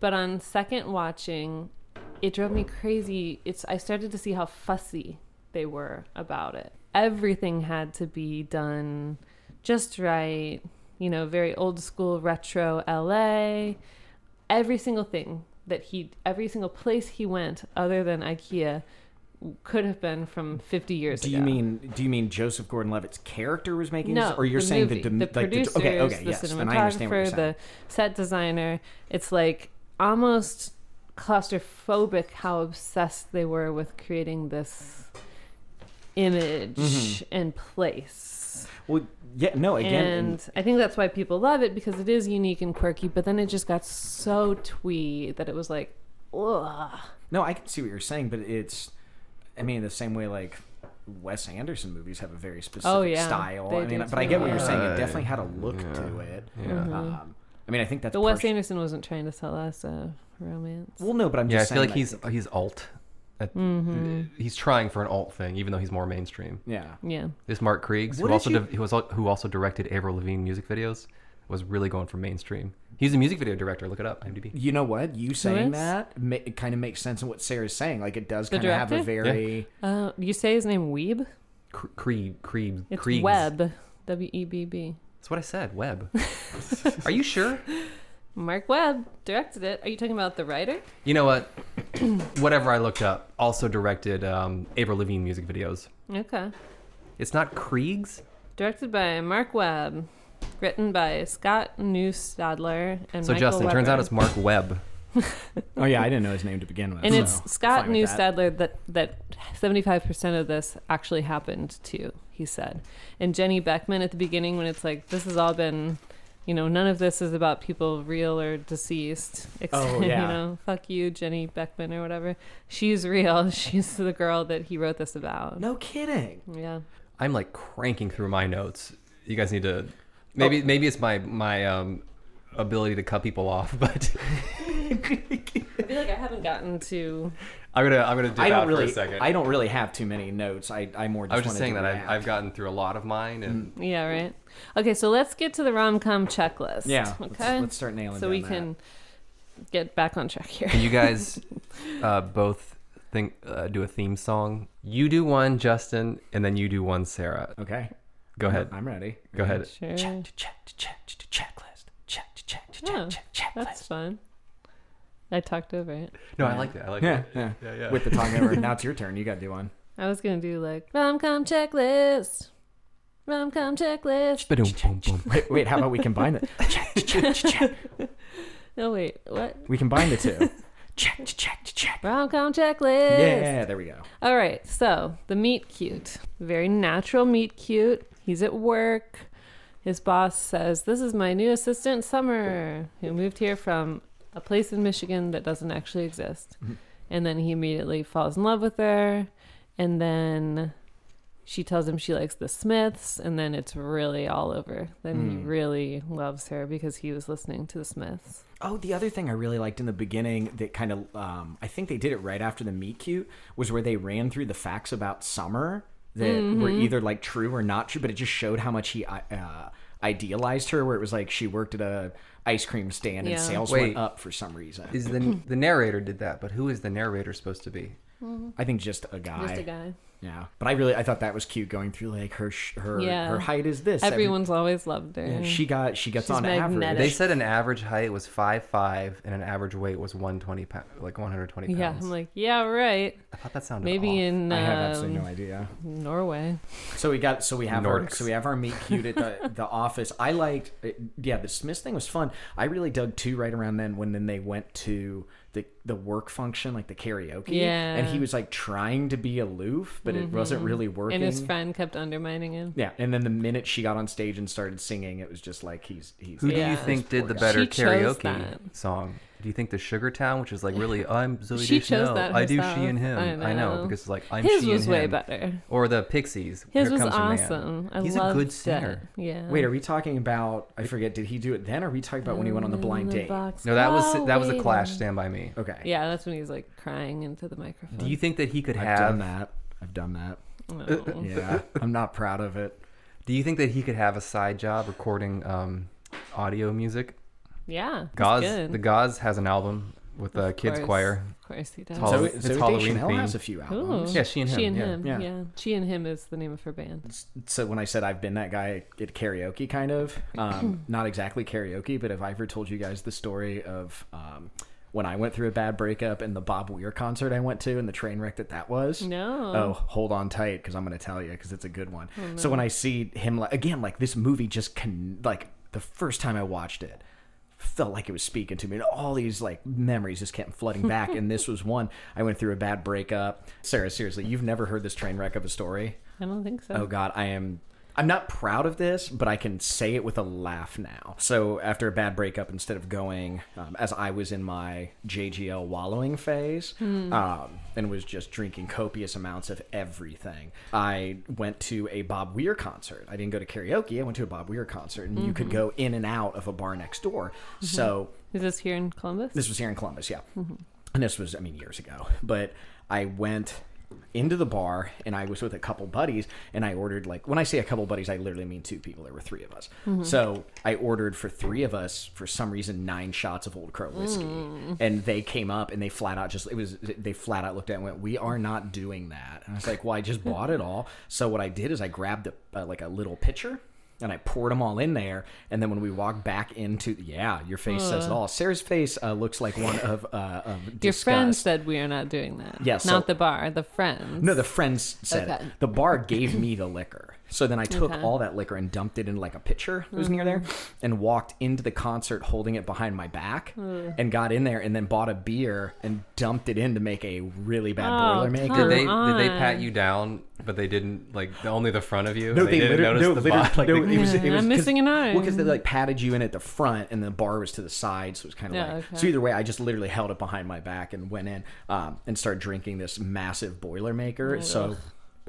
But on second watching, it drove me crazy. It's I started to see how fussy they were about it. Everything had to be done just right, you know, very old school retro LA every single thing that he every single place he went other than ikea could have been from 50 years Do ago you mean do you mean Joseph Gordon-Levitt's character was making no this, or you're the saying movie, that the like producers okay, okay, the yes, then I understand what you're cinematographer saying. the set designer it's like almost claustrophobic how obsessed they were with creating this image and place Well, yeah, no, Mm-hmm. again, and- and I think that's why people love it because it is unique and quirky. But then it just got so twee that it was like, ugh. no, I can see what you're saying, but it's, I mean, the same way like Wes Anderson movies have a very specific Oh, yeah, style. they I mean, do but I too. get what you're saying. It Uh, definitely had a look to it. Um, I mean, I think that's But Wes partial- Anderson wasn't trying to sell us a romance. Well, no, but I'm Yeah, I just feel saying like he's he's alt. At- Mm-hmm. He's trying for an alt thing, even though he's more mainstream. yeah. Yeah. This Mark Kriegs, What who did also you- di- who was al- who also directed Avril Lavigne music videos, was really going for mainstream. He's a music video director. Look it up, IMDb. You know what? You saying is? that ma- it kind of makes sense in what Sarah's saying. Like it does kind of have a director? very Uh, you say his name Weeb? Cr- Creed, Creed, It's Kriegs. Webb. W E B B. That's what I said. Web. Are you sure? Mark Webb directed it. Are you talking about the writer? You know what? Whatever I looked up also directed um, Avril Lavigne music videos. Okay. It's not Kriegs. Directed by Mark Webb. Written by Scott Neustadler and So Michael Justin, it turns Weber. out it's Mark Webb. Oh yeah, I didn't know his name to begin with. And so it's Scott fine with that. Neustadler that that seventy five percent of this actually happened to. He said, and Jenny Beckman at the beginning when it's like this has all been, you know, none of this is about people real or deceased. Except, Oh, yeah. you know, fuck you, Jenny Beckman or whatever. She's real. She's the girl that he wrote this about. No kidding. Yeah. I'm like cranking through my notes. You guys need to maybe Oh. maybe it's my my um ability to cut people off, but I feel like I haven't gotten to. I'm gonna I'm gonna do I that don't for a really. second. I don't really have too many notes. I I more. Just I was just wanted saying to that I've, react. I've gotten through a lot of mine, and Yeah. Right. Okay. So let's get to the rom com checklist. Yeah. Okay. Let's, let's start nailing. so down we that. can get back on track here. Can you guys uh, both think uh, do a theme song. You do one, Justin, and then you do one, Sarah. Okay. Go ahead. I'm ready. Go ahead. Sure. Checklist. Check. Check. Oh, that's fun. I talked over it. No, I like that. I like Yeah. that. Yeah. Yeah, yeah. With the talking over. Now it's your turn. You got to do one. I was gonna do like rom com checklist, rom com checklist. Ba-dum, boom, boom. Wait. Wait. How about we combine it? Check. Check. Check. No wait, what We combine the two. Check. Check. Check. rom com checklist? Yeah. There we go. All right, so the meet cute, very natural meet cute. He's at work. His boss says, This is my new assistant, Summer, who moved here from a place in Michigan that doesn't actually exist. Mm-hmm. And then he immediately falls in love with her. And then she tells him she likes the Smiths. And then it's really all over. Then Mm. he really loves her because he was listening to the Smiths. Oh, the other thing I really liked in the beginning that kind of, um, I think they did it right after the meet cute was where they ran through the facts about Summer that were Mm-hmm. either like true or not true, but it just showed how much he uh, idealized her. Where it was like she worked at a ice cream stand Yeah. and sales Wait. went up for some reason. Is the the narrator did that? But who is the narrator supposed to be? I think just a guy. Just a guy. Yeah, but I really I thought that was cute going through like her sh- her Yeah. her height is this. Every- Everyone's always loved her. yeah, she got she gets Mm. She's on magnetic. They average. said an average height was five five and an average weight was one twenty pound, like one hundred twenty pounds. yeah, I'm like, yeah, right. I thought that sounded Maybe off. in I have um, absolutely no idea. Norway. So we got so we have our, Nordics. so we have our meet cute at the, the office. I liked yeah the Smiths thing was fun. I really dug too right around then when then they went to the the work function like the karaoke. Yeah. Mm-hmm. and he was like trying to be aloof, but it wasn't really working. And his friend kept undermining him. yeah, and then the minute she got on stage and started singing, it was just like he's he's. Who do Yeah. you think did the She better chose karaoke that. song? Do you think the Sugar Town, which is like really I'm Zoe She Deschanel, chose that I do she herself. and him. I I know, know. because it's like I'm His she was and way him. better. Or the Pixies. His Here was Comes Your Man. awesome. I He's loved a good singer. It. Yeah. Wait, are we talking about? I forget. Did he do it then? Or are we talking about when he went on the blind date? No, that Oh, was that was a Clash. Stand by Me. Okay. Yeah, that's when he's like crying into the microphone. Do you think that he could I've done have? that. I've done that. Oh. Yeah. I'm not proud of it. Do you think that he could have a side job recording um, audio music? yeah. it's Gauze, good. the Gauze has an album with a Of kids course. choir. Of course he does. It's all- So Hall- it's it's Halloween Halloween Chanel has themed. a few Ooh. albums. Yeah, She and Him, She and yeah. him. Yeah. Yeah. She and him is the name of her band. So when I said I've been that guy at karaoke, kind of, um, not exactly karaoke, but have I ever told you guys the story of um, when I went through a bad breakup and the Bob Weir concert I went to and the train wreck that that was? No. Oh, hold on tight because I'm going to tell you because it's a good one. So when I see him like, again, like this movie just can like the first time I watched it felt like it was speaking to me and all these like memories just kept flooding back and this was one I went through a bad breakup. Sarah, seriously, you've never heard this train wreck of a story? I don't think so. Oh God, I am. I'm not proud of this, but I can say it with a laugh now. So after a bad breakup, instead of going um, as I was in my JGL wallowing phase um, and was just drinking copious amounts of everything, I went to a Bob Weir concert. I didn't go to karaoke. I went to a Bob Weir concert, and you could go in and out of a bar next door. So Is this here in Columbus? this was here in Columbus, yeah. And this was, I mean, years ago. But I went into the bar and I was with a couple buddies and I ordered like when I say a couple buddies, I literally mean two people. There were three of us. So I ordered for three of us for some reason nine shots of Old Crow whiskey, and they came up and they flat out just it was they flat out looked at it and went, "We are not doing that." And I was like, "Well, I just bought it all." So what I did is I grabbed a, uh, like a little pitcher and I poured them all in there. And then when we walked back into, yeah, your face says it all. Sarah's face uh, looks like one of, uh, of Your friend disgust. said we are not doing that. Yeah, so- Not the bar, the friends. No, the friends said Okay. it. The bar gave me the liquor. So then I took Okay. Mm-hmm. all that liquor and dumped it in like a pitcher that was near there and walked into the concert holding it behind my back Mm. and got in there and then bought a beer and dumped it in to make a really bad Oh, Boilermaker. Come Did they did they on. pat you down, but they didn't like only the front of you? No, they, they, didn't literally, notice no, the literally, bot. Like no, they- it was, it Yeah, was I'm 'cause- missing an eye. Well, because they like patted you in at the front, and the bar was to the side, so it was kind of Yeah, like. okay. So either way, I just literally held it behind my back and went in um, and started drinking this massive Boilermaker. so.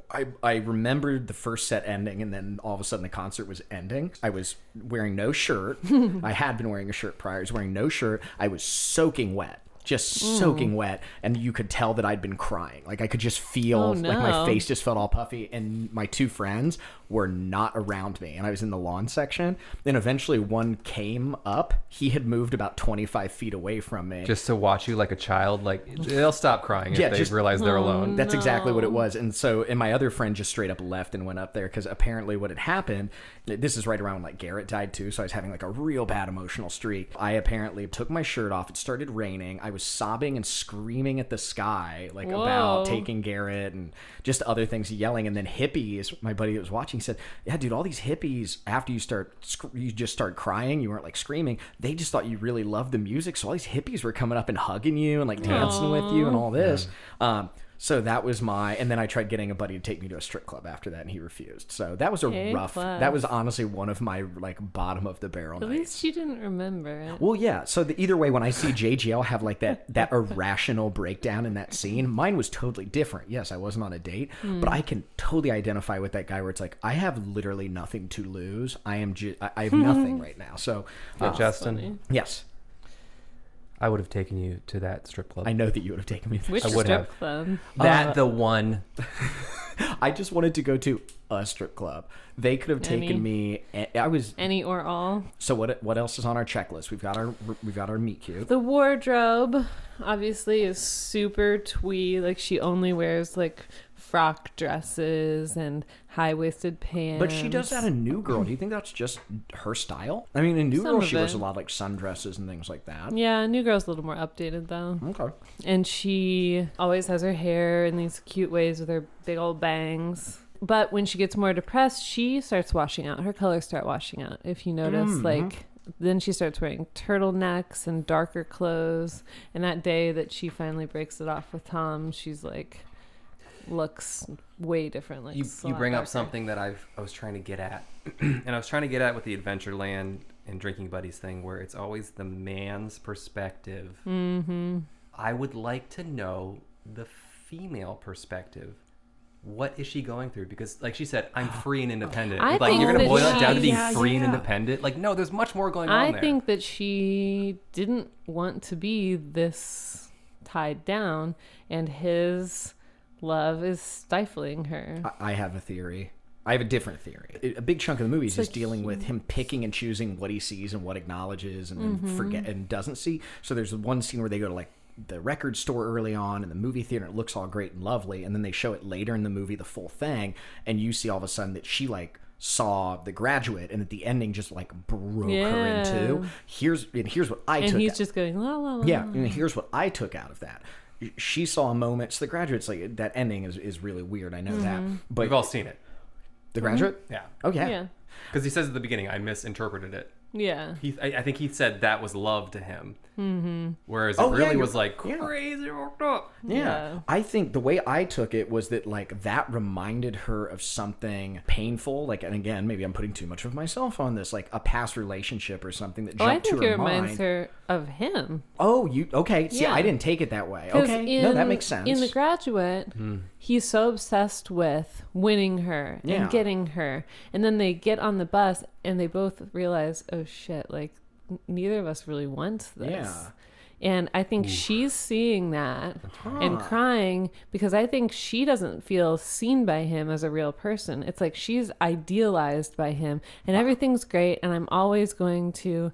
I, I remembered the first set ending and then all of a sudden the concert was ending. I was wearing no shirt. I had been wearing a shirt prior. I was wearing no shirt. I was soaking wet, just Mm. soaking wet. And you could tell that I'd been crying. Like I could just feel Oh, like my no. face just felt all puffy and my two friends were not around me and i was in the lawn section then eventually one came up he had moved about 25 feet away from me just to watch you like a child, like they'll stop crying if Yeah, they just- realize they're alone. that's exactly what it was and so and my other friend just straight up left and went up there because apparently what had happened this is right around when like garrett died too so i was having like a real bad emotional streak i apparently took my shirt off it started raining i was sobbing and screaming at the sky like Whoa. about taking and Garrett and just other things yelling. And then hippies, my buddy that was watching said, Yeah, dude, all these hippies, after you start, sc- you just start crying, you weren't like screaming, they just thought you really loved the music. So all these hippies were coming up and hugging you and like dancing with you and all this. Um, So that was my, and then I tried getting a buddy to take me to a strip club after that, and he refused. So that was a A rough. plus. That was honestly one of my like bottom of the barrel At nights. least you didn't remember it. Well, yeah. So the, either way, when I see JGL have like that that irrational breakdown in that scene, mine was totally different. Yes, I wasn't on a date, but I can totally identify with that guy where it's like I have literally nothing to lose. I am ju- I, I have nothing right now. So Yeah, uh, Justin, funny. yes, I would have taken you to that strip club. I know that you would have taken me. to Which I would strip have. club? that the one. I just wanted to go to a strip club. They could have Any. taken me. I was Any or all? so. What what else is on our checklist? We've got our we've got our meet cute. The wardrobe, obviously, is super twee. Like she only wears like frock dresses and high waisted pants. But she does that in New Girl. Do you think that's just her style? I mean, in New Some Girl, of she wears a it. lot of like sundresses and things like that. Yeah, New Girl's a little more updated though. Okay. And she always has her hair in these cute ways with her big old bangs. But when she gets more depressed, she starts washing out. Her colors start washing out. If you notice, Mm-hmm. like then she starts wearing turtlenecks and darker clothes. And that day that she finally breaks it off with Tom, she's like looks way different. Like You, it's a you lot bring up darker. something that I've I was trying to get at, and I was trying to get at with the Adventureland and Drinking Buddies thing, where it's always the man's perspective. Mm-hmm. I would like to know the female perspective. What is she going through? Because, like she said, I'm free and independent. I like think you're gonna that boil it down to being she's- free and independent. Like, no, there's much more going on I there. think that she didn't want to be this tied down, and his love is stifling her. I- I have a theory. I have a different theory. It- A big chunk of the movie is just dealing with him picking and choosing what he sees and what acknowledges and then Mm-hmm. forget and doesn't see. So there's one scene where they go to like the record store early on in the movie theater. It looks all great and lovely, and then they show it later in the movie, the full thing, and you see all of a sudden that she like saw the graduate, and at the ending just like broke her in Yeah. two. Here's and here's what I and took. he's out- just going la la la. Yeah, la. and here's what I took out of that. She saw a moment. So the graduate's like that ending is, is really weird. I know that, but we've all Mm-hmm. seen it. the graduate. Yeah, Oh yeah. Mm-hmm. yeah, because he says at the beginning, I misinterpreted it. yeah. He, I, I think he said that was love to him, mm-hmm. whereas it Oh, yeah, really you're- was like yeah. crazy worked up. Yeah. Yeah. I think the way I took it was that like that reminded her of something painful. Like, and again, maybe I'm putting too much of myself on this, like a past relationship or something that Oh, jumped I think to her it reminds mind. her of him. Oh, you okay? See, Yeah. I didn't take it that way. 'Cause Okay, no, that in- makes sense. Hmm. In The Graduate, he's so obsessed with winning her Yeah. and getting her. And then they get on the bus and they both realize, oh shit, like n- neither of us really wants this. Yeah. And I think she's seeing that and crying because I think she doesn't feel seen by him as a real person. It's like she's idealized by him and everything's great and I'm always going to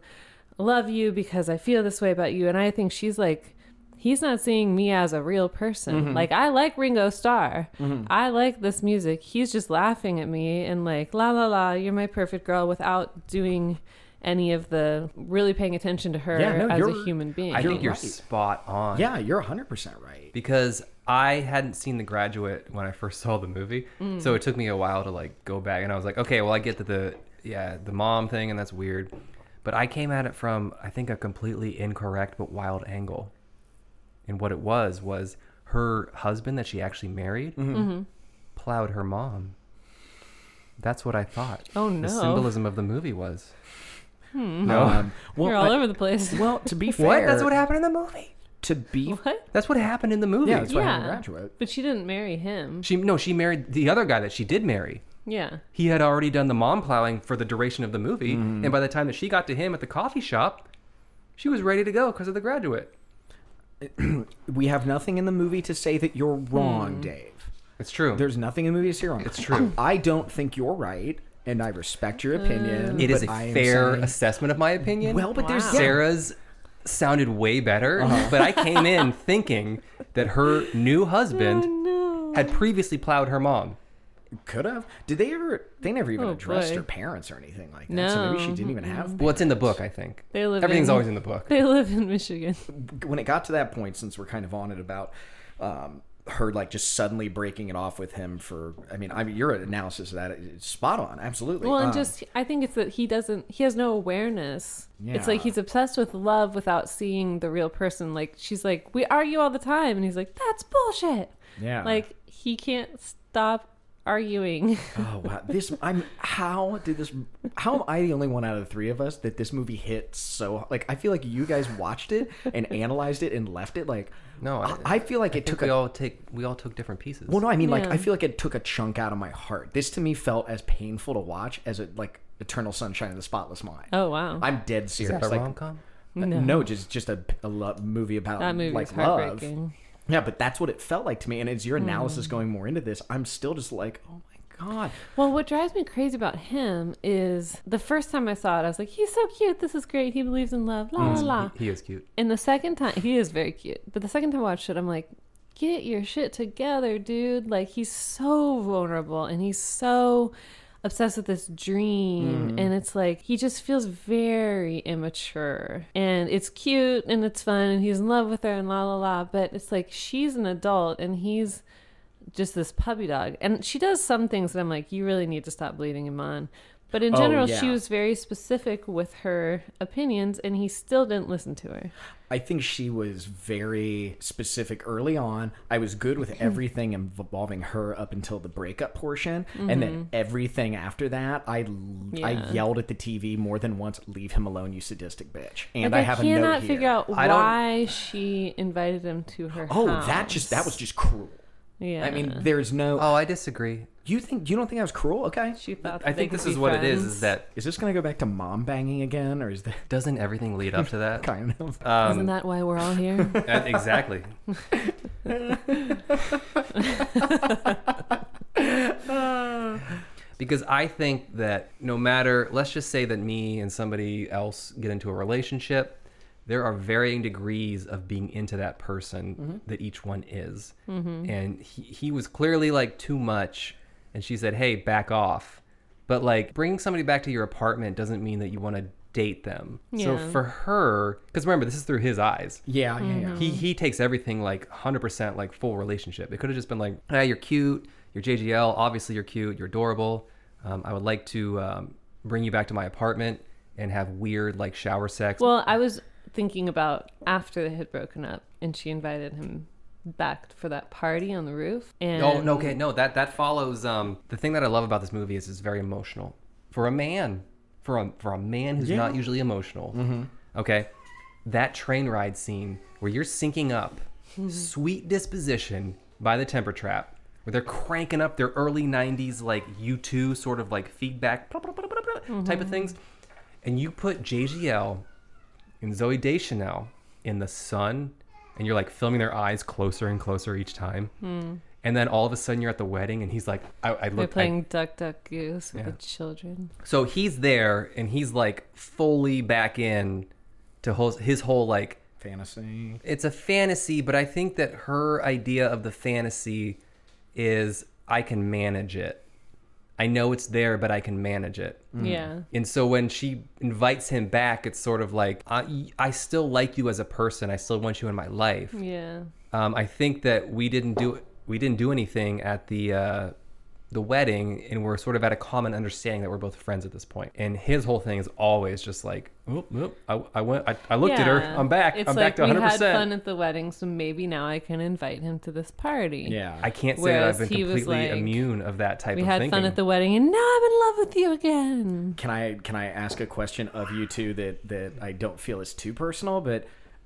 love you because I feel this way about you. And I think she's like, he's not seeing me as a real person. Mm-hmm. Like I like Ringo Starr. I like this music. He's just laughing at me and like la la la, you're my perfect girl without doing any of the really paying attention to her Yeah, no, as you're- a human being. I think you're right. spot on. yeah, you're 100 percent right. because I hadn't seen The Graduate when I first saw the movie, so it took me a while to like go back, and I was like, okay, well, I get that the yeah the mom thing, and that's weird, but I came at it from I think a completely incorrect but wild angle, and what it was was her husband that she actually married Mm-hmm. plowed her mom. That's what I thought. Oh, The no. symbolism of the movie was. No, Um, Well, Mm-hmm. you're all I- over the place. well, to be fair, what? That's what happened in the movie. To be, what? That's what happened in the movie. yeah, that's what happened. Yeah. to Graduate. But she didn't marry him. She no, she married the other guy that she did marry. Yeah. he had already done the mom plowing for the duration of the movie, and by the time that she got to him at the coffee shop, she was ready to go because of the graduate. We have nothing in the movie to say that you're Hmm. wrong, Dave. It's true. There's nothing in the movie to say you're wrong. It's true. I don't think you're right, and I respect your opinion. it is but a I am fair saying- assessment of my opinion. well, but there's Wow. yeah. Sarah's sounded way better, but I came in thinking that her new husband had previously plowed her mom. Could have. Did they ever? They never even Oh, addressed boy. her parents or anything like that. So maybe she No. didn't even have. Well, it's in the book, I think. They live Everything's in- always in the book. They live in Michigan. When it got to that point, since we're kind of on it about um, her like just suddenly breaking it off with him for. I mean, I mean, your analysis of that is spot on. Absolutely. Well, and Um, just I think it's that he doesn't he has no awareness. It's like Yeah. he's obsessed with love without seeing the real person. Like she's like, "We argue all the time." And he's like, "That's bullshit." Yeah. Like he can't stop arguing. Oh wow! This I'm. How did this? How am I the only one out of the three of us that this movie hit so? Like I feel like you guys watched it and analyzed it and left it like. No, I, I- I feel like it Took took we a. all take we all took different pieces. well, no, I mean like Yeah. I feel like it took a chunk out of my heart. This to me felt as painful to watch as it like Eternal Sunshine of the Spotless Mind. Oh wow. I'm dead serious. Is that a like, rom com? No. just just a, a lo- movie about that movie like was love. heartbreaking. Mm. Yeah, but that's what it felt like to me. And as your analysis going more into this, I'm still just like, oh my god. Well, what drives me crazy about him is the first time I saw it, I was like, he's so cute. This is great. He believes in love. La Mm. la la. He, he is cute. And the second time, he is very cute. But the second time I watched it, I'm like, get your shit together, dude. Like, he's so vulnerable and he's so obsessed with this dream. Mm-hmm. And it's like, he just feels very immature. And it's cute and it's fun and he's in love with her and la la la. But it's like, she's an adult and he's just this puppy dog. And she does some things that I'm like, you really need to stop bleeding him on. But in Oh, general, she yeah. was very specific with her opinions, and he still didn't listen to her. I think she was very specific early on. I was good with Hmm. everything involving her up until the breakup portion, and then everything after that, I l- I Mm-hmm. Yeah. yelled at the TV more than once, "Leave him alone, you sadistic bitch!" And I Like, have a cannot note here. figure out I don't- why she invited him to her. oh, house. that just that was just cruel. Yeah. I mean, there's no. Oh, I disagree. you think you don't think that was cruel? Okay, she thought. I that they think this could is be what it is: friends. is that is this gonna go back to mom banging again, or is that doesn't everything lead up to that? kind of? um, Isn't that why we're all here? Uh, exactly. because I think that no matter, let's just say that me and somebody else get into a relationship, there are varying degrees of being into that person that each one is. And he, he was clearly like too much. And she said, hey, back off. But like bringing somebody back to your apartment doesn't mean that you want to date them. Yeah. So for her, because remember, this is through his eyes yeah, yeah, Mm-hmm. yeah. he he takes everything like 100% like full relationship it could have just been like ah, you're cute you're jgl obviously you're cute you're adorable um, i would like to um, bring you back to my apartment and have weird like shower sex well, I was thinking about after they had broken up, and she invited him back for that party on the roof. And oh no okay no that that follows um, the thing that i love about this movie is it's very emotional for a man for a for a man who's not usually emotional okay that train ride scene where you're syncing up sweet disposition by the temper trap where they're cranking up their early 90s like u2 sort of like feedback blah, blah, blah, blah, blah, type of things and you put jgl and zoe deschanel in the sun and you're like filming their eyes closer and closer each time and then all of a sudden you're at the wedding and he's like i, I Hmm. They're look I- playing Duck Duck Goose with the children. so he's there and he's like fully back in to whole, his whole like Fantasy. it's a fantasy, but I think that her idea of the fantasy is I can manage it. I know it's there, but I can manage it. Yeah. And so when she invites him back, it's sort of like I, I still like you as a person. I still want you in my life. Yeah. Um, I think that we didn't do we didn't do anything at the uh, the wedding, and we're sort of at a common understanding that we're both friends at this point. And his whole thing is always just like, oop, oop, I, I went, I, I looked at her, Yeah. I'm back, It's I'm like back to 100. we had percent fun at the wedding, so maybe now I can invite him to this party. Yeah, I can't say Whereas that I've been he was completely like, immune of that type We of had thinking. fun at the wedding, and now I'm in love with you again. Can I can I ask a question of you two that that I don't feel is too personal, but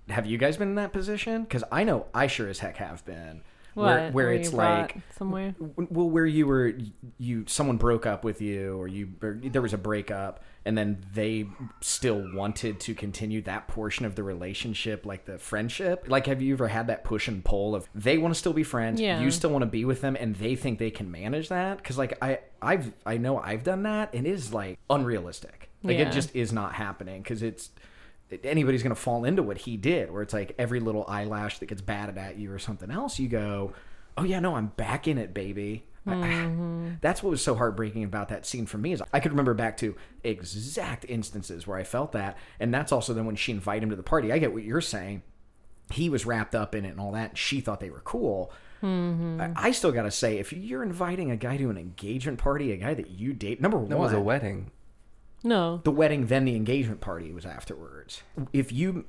have you guys been in that position? Because I know I sure as heck have been. Where, What? where you it's brought like, somewhere. well, where you were, you someone broke up with you, or you or there was a breakup, and then they still wanted to continue that portion of the relationship, like the friendship. Like, have you ever had that push and pull of they want to still be friends, Yeah. you still want to be with them, and they think they can manage that? Because like I, I've I know I've done that, and it is like unrealistic. Like Yeah. it just is not happening because it's. Anybody's gonna fall into what he did, where it's like every little eyelash that gets batted at you or something else, you go, "Oh yeah, no, I'm back in it, baby." I- that's what was so heartbreaking about that scene for me is I could remember back to exact instances where I felt that, and that's also then when she invited him to the party. I get what you're saying. He was wrapped up in it and all that. And she thought they were cool. I, I still gotta say, if you're inviting a guy to an engagement party, a guy that you date, number that one, was a wedding. No. the wedding, then the engagement party was afterwards. If you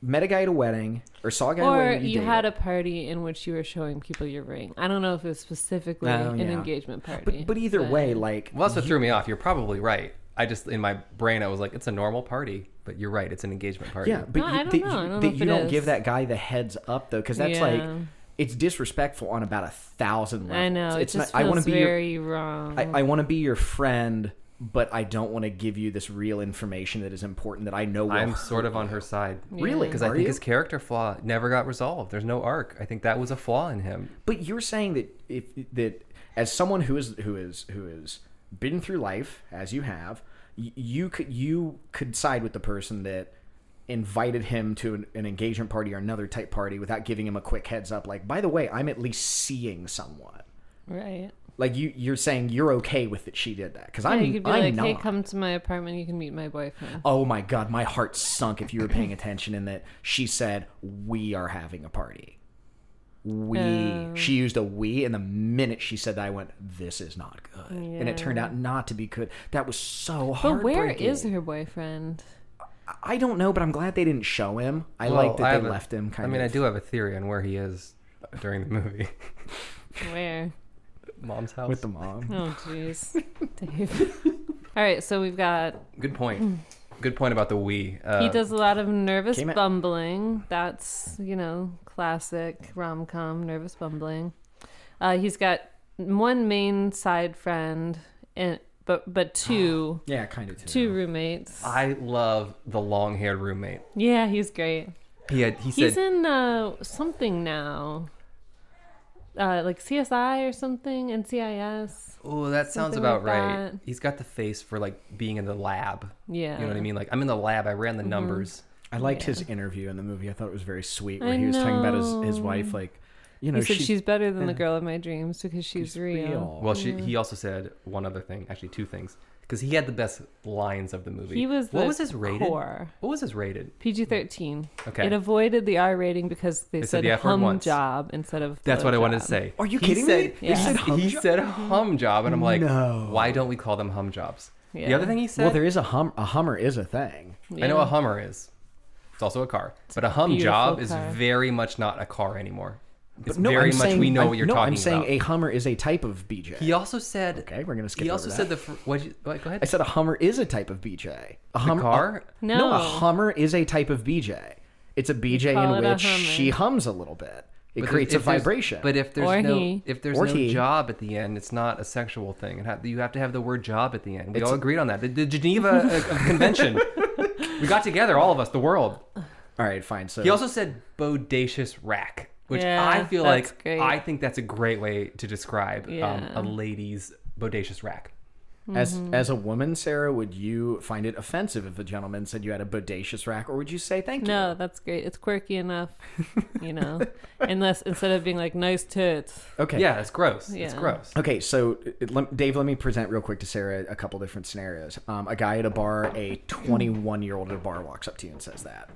met a guy at a wedding or saw a guy at a Or wedding. that you dated. had a party in which you were showing people your ring. I don't know if it was specifically Oh, an yeah. engagement party. But, but either way, like Well, that's what threw me off. You're probably right. I just in my brain I was like, it's a normal party, but you're right. It's an engagement party. yeah, but No, you, I don't that, know. I you, that don't know if you it don't is. give that guy the heads up though, because that's Yeah. like it's disrespectful on about a thousand levels. I know. it's it just not. I feels want to be your, very wrong. I, I want to be your friend, but I don't want to give you this real information that is important that I know. Will I'm hurt sort of on her side. Really? Because I Are think you? his character flaw never got resolved. There's no arc. I think that was a flaw in him. But you're saying that if that as someone who is who is who is been through life as you have, y- you could you could side with the person that invited him to an, an engagement party or another type party without giving him a quick heads up like by the way, I'm at least seeing someone. right. Like you you're saying you're okay with that she did that cuz Yeah, I'm you could be I'm like, not. hey, come to my apartment. You can meet my boyfriend. Oh my god, my heart sunk if you were paying attention in that she said, We are having a party. We. Oh. She used a we, and the minute she said that, I went, This is not good. And it turned out not to be good. That was so But hard. where is her boyfriend? I don't know, but I'm glad they didn't show him. I Well, like I that have they a- left him kind I mean, of. I do have a theory on where he is during the movie. Where? Mom's house. With the mom. Oh, jeez. Dave. All right, so we've got. Good Mm. point. Good point about the we. Uh, He does a lot of nervous came out- bumbling. That's, you know, classic rom com, nervous bumbling. Uh, he's got one main side friend, and but but two Yeah, kind of too. two roommates. I love the long-haired roommate. Yeah, he's great. He had. He He's said. in uh, something now, uh, like CSI or something, NCIS. oh, that sounds something about like right. that. He's got the face for like being in the lab. Yeah, You know what I mean? Like I'm in the lab. I ran the Mm-hmm. numbers. I liked his interview in the movie. I thought it was very sweet where I he was talking about his, his know. wife, like, you know, He said she- she's better than the girl of my dreams because she's, real. Well, she, Mm. he also said one other thing, actually two things, because he had the best lines of the movie. He was what the was his rated? core. What was his rated? PG thirteen. Okay. It avoided the R rating because they, They said said, the F word hum once. job instead of. That's what I wanted to blowjob. say. Are you He kidding me? said- They Yeah. said hum he job? said hum job, and I'm like, No. why don't we call them hum jobs? The Yeah. other thing he said, Well, there is a hum. A Hummer is a thing. I know a Yeah. Hummer is. It's also a car, but a hum beautiful job is car. very much not a car anymore. It's But no, very I'm much saying, we know I'm, what you're no, talking I'm saying about. a Hummer is a type of BJ. he also said. okay, we're gonna skip. He over also that. said the. Fr- what? You, what? Go ahead. I said a Hummer is a type of BJ. A the Hummer car. no. a No. Hummer is a type of BJ. It's a BJ call in it a which Hummer. she hums a little bit. It But creates if a there's- vibration. But if there's Or no he. if there's Or no he. job at the end, it's not a sexual thing. And you have to have the word job at the end. We It's- all agreed on that. The, the Geneva uh, Convention. we got together, all of us, the world. all right, fine. So He also said bodacious rack, which Yeah, I feel that's like great. I think that's a great way to describe Yeah. um, a lady's bodacious rack. as Mm-hmm. as a woman, Sarah, would you find it offensive if a gentleman said you had a bodacious rack, or would you say thank you? No, that's great. It's quirky enough, you know. Unless instead of being like nice tits, Okay. Yeah, it's gross. It's Yeah. gross. Okay, so it- lem- Dave, let me present real quick to Sarah a couple different scenarios. Um, a guy at a bar, a 21 year old at a bar walks up to you and says that.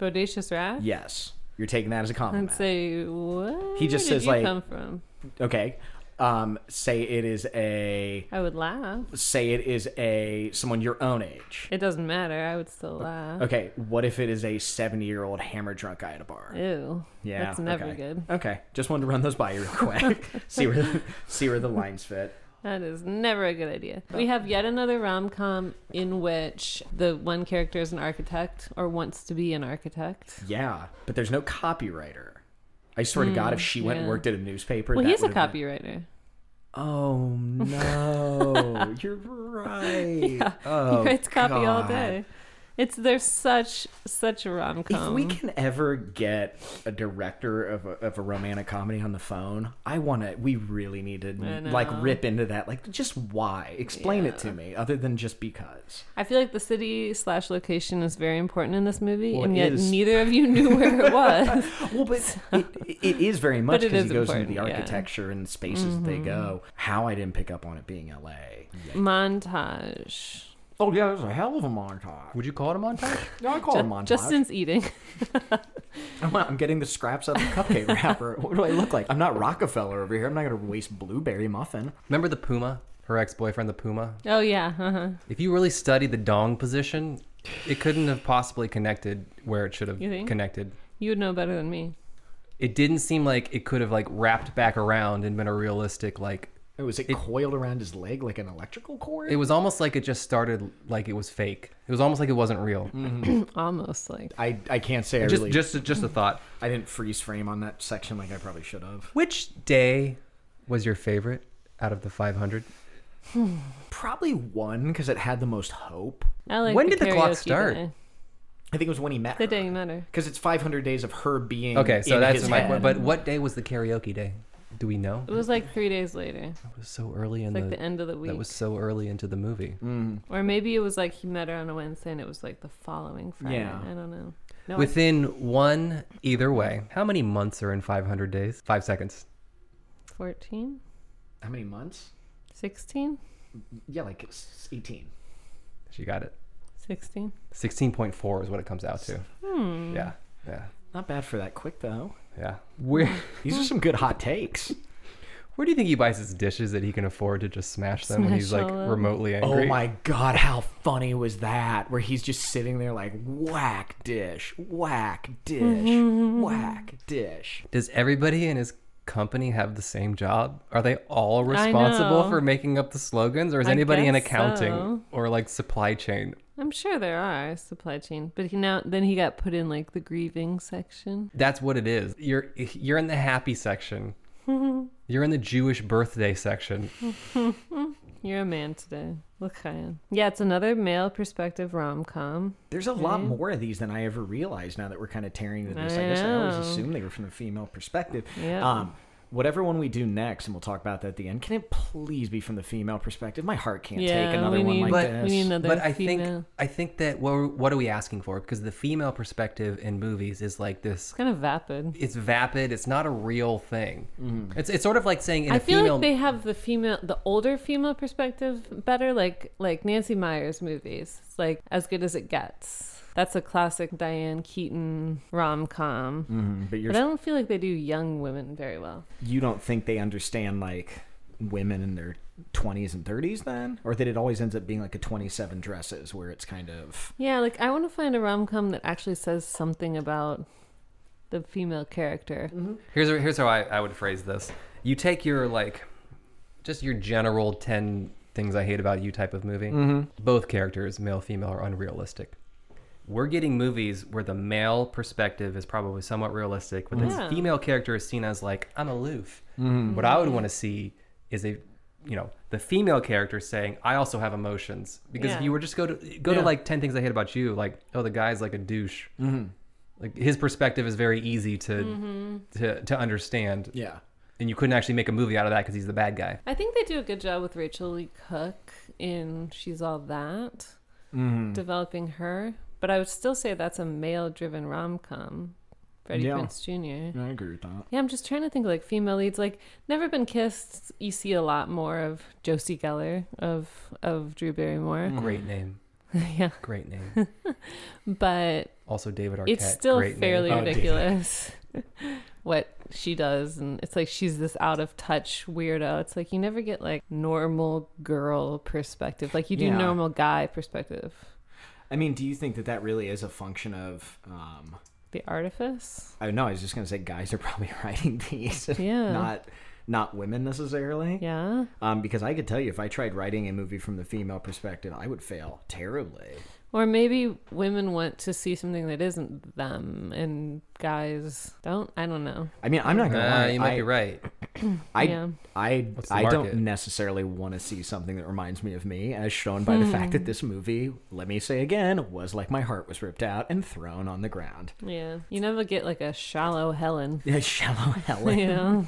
bodacious rat. Yes, you're taking that as a And compliment. say what? He just Where says, did you like- come from? okay, um, say it is a I would laugh. say it is a someone your own age. It doesn't matter. I would still laugh. Okay, what if it is a 70 year old hammer drunk guy at a bar? Ew. Yeah, That's never okay. good. Okay, just wanted to run those by you real quick. see where the, see where the lines fit. That is never a good idea. We have yet another rom com in which the one character is an architect or wants to be an architect. Yeah, but there's no copywriter. I swear to God, if she went and Mm, yeah. worked at a newspaper, Well, that he's a would've been- copywriter. Oh no, you're right. Oh, he writes copy all God. day. It's there's such such a rom If com. we can ever get a director of a, of a romantic comedy on the phone, I want to. We really need to I know. like rip into that. Like, just why? Explain it to me, other than just because. I feel like the city slash location is very important in this movie, Well, and it yet is. neither of you knew where it was. Well, but it, it is very much it because is it goes into the important, yeah. Mm-hmm. architecture and the spaces that they go. How I didn't pick up on it being L.A. Montage. Oh yeah, there's a hell of a montage. Would you call it a montage? I call it a montage. Justin's eating. I'm, I'm getting the scraps out of the cupcake wrapper. What do I look like? I'm not Rockefeller over here. I'm not going to waste blueberry muffin. Remember the puma? Her ex-boyfriend, the puma. Oh yeah. Uh-huh. If you really study the dong position, It couldn't have possibly connected where it should have You think? connected. You would know better than me. It didn't seem like it could have like wrapped back around and been a realistic like. It was Oh, it, coiled around his leg like an electrical cord. It was almost like it just started like it was fake. It was almost like it wasn't real. Almost like I, I can't say I Just Mm-hmm. really just just a thought. I didn't freeze frame on that section like I probably should have. Which day was your favorite out of the 500? Probably one because it had the most hope. I like. When did the clock karaoke start? day. I think it was when he met The day you met her. Because it's 500 days of her being. Okay, so in that's his my head. point. But what day was the karaoke day? Do we know? It was like three days later, It was so early in like the, the end of the week, that was so early into the movie. or maybe it was like he met her on a Wednesday and it was like the following Friday. Yeah. I don't know. No, I- Within one, either way. How many months are in 500 days? Five seconds. 14, How many months? 16, Yeah, like it's 18. She got it. 16. 16.4 is what it comes out to. Hmm. Yeah, yeah, Not bad for that quick, though. yeah. Where, These are some good hot takes. where do you think he buys his dishes that he can afford to just smash them when Smash he's like all of them. remotely angry? oh my god, how funny was that? Where he's just sitting there like, whack dish, whack dish, whack dish. Does everybody in his company have the same job? Are they all responsible know. for making up the slogans, or is I anybody in guess accounting so. or like supply chain? I'm sure there are supply chain, but he now then he got put in like the grieving section. That's what it is. You're you're in the happy section. you're in the Jewish birthday section. You're a man today. Look, Kyan. Yeah, it's another male perspective rom com. There's a Mm-hmm. lot more of these than I ever realized now that we're kind of tearing into this. I, I guess I always know. assumed they were from the female perspective. Yeah. Um, whatever one we do next, and we'll talk about that at the end, can it please be from the female perspective? My heart can't Yeah, take another we one need- like But- this. We need another but I female. think I think that what what are we asking for? Because the female perspective in movies is like this. It's kind of vapid. It's vapid. It's not a real thing. It's it's sort of like saying in a I feel female. like they have the female, the older female perspective better, like like Nancy Meyers movies. It's like as good as it gets. That's a classic Diane Keaton rom com. Mm-hmm. Mm, but you're But I don't feel like they do young women very well. you don't think they understand like women in their 20s and 30s then or that it always ends up being like a 27 dresses where it's kind of Yeah, like I want to find a rom com that actually says something about the female character. Here's here's how I, I would phrase this. You take your like, just your general ten things I hate about you type of movie. Both characters, male female, are unrealistic. We're getting movies where the male perspective is probably somewhat realistic, but Yeah. the female character is seen as like I'm aloof. What I would want to see is a you know the female character saying I also have emotions because if Yeah. you were just go to go Yeah. to like ten things I hate about you like oh the guy's like a douche like his perspective is very easy to Mm-hmm. to to understand yeah and you couldn't actually make a movie out of that because he's the bad guy I think they do a good job with Rachel Lee Cook in She's All That, developing her. But I would still say that's a male driven rom com. Freddie Yeah. Prince Jr. i agree with that Yeah, I'm just trying to think like female leads. Like Never Been Kissed, you see a lot more of Josie Geller of of Drew Barrymore. Mm-hmm. great name yeah, great name but also david arquette it's still great fairly Oh, name. dear. ridiculous what she does and it's like she's this out of touch weirdo it's like you never get like normal girl perspective like you do Yeah. normal guy perspective i mean do you think that that really is a function of um the artifice i know i was just gonna say guys are probably writing these Yeah. not not women necessarily yeah um because i could tell you if i tried writing a movie from the female perspective i would fail terribly or maybe women want to see something that isn't them and guys don't i don't know i mean i'm not gonna Ah, lie you might Uh, I- be right I Yeah. I the I market? don't necessarily want to see something that reminds me of me, as shown by the fact Hmm. that this movie, let me say again, was like my heart was ripped out and thrown on the ground. yeah you never get like a shallow helen Yeah, shallow Helen. you know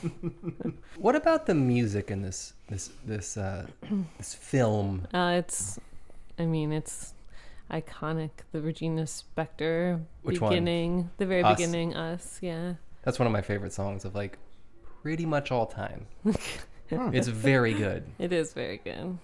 what about the music in this this this uh this film uh, it's i mean it's iconic the regina spektor Which one? beginning the very Us. beginning us yeah that's one of my favorite songs of like pretty much all time it's very good It is very good.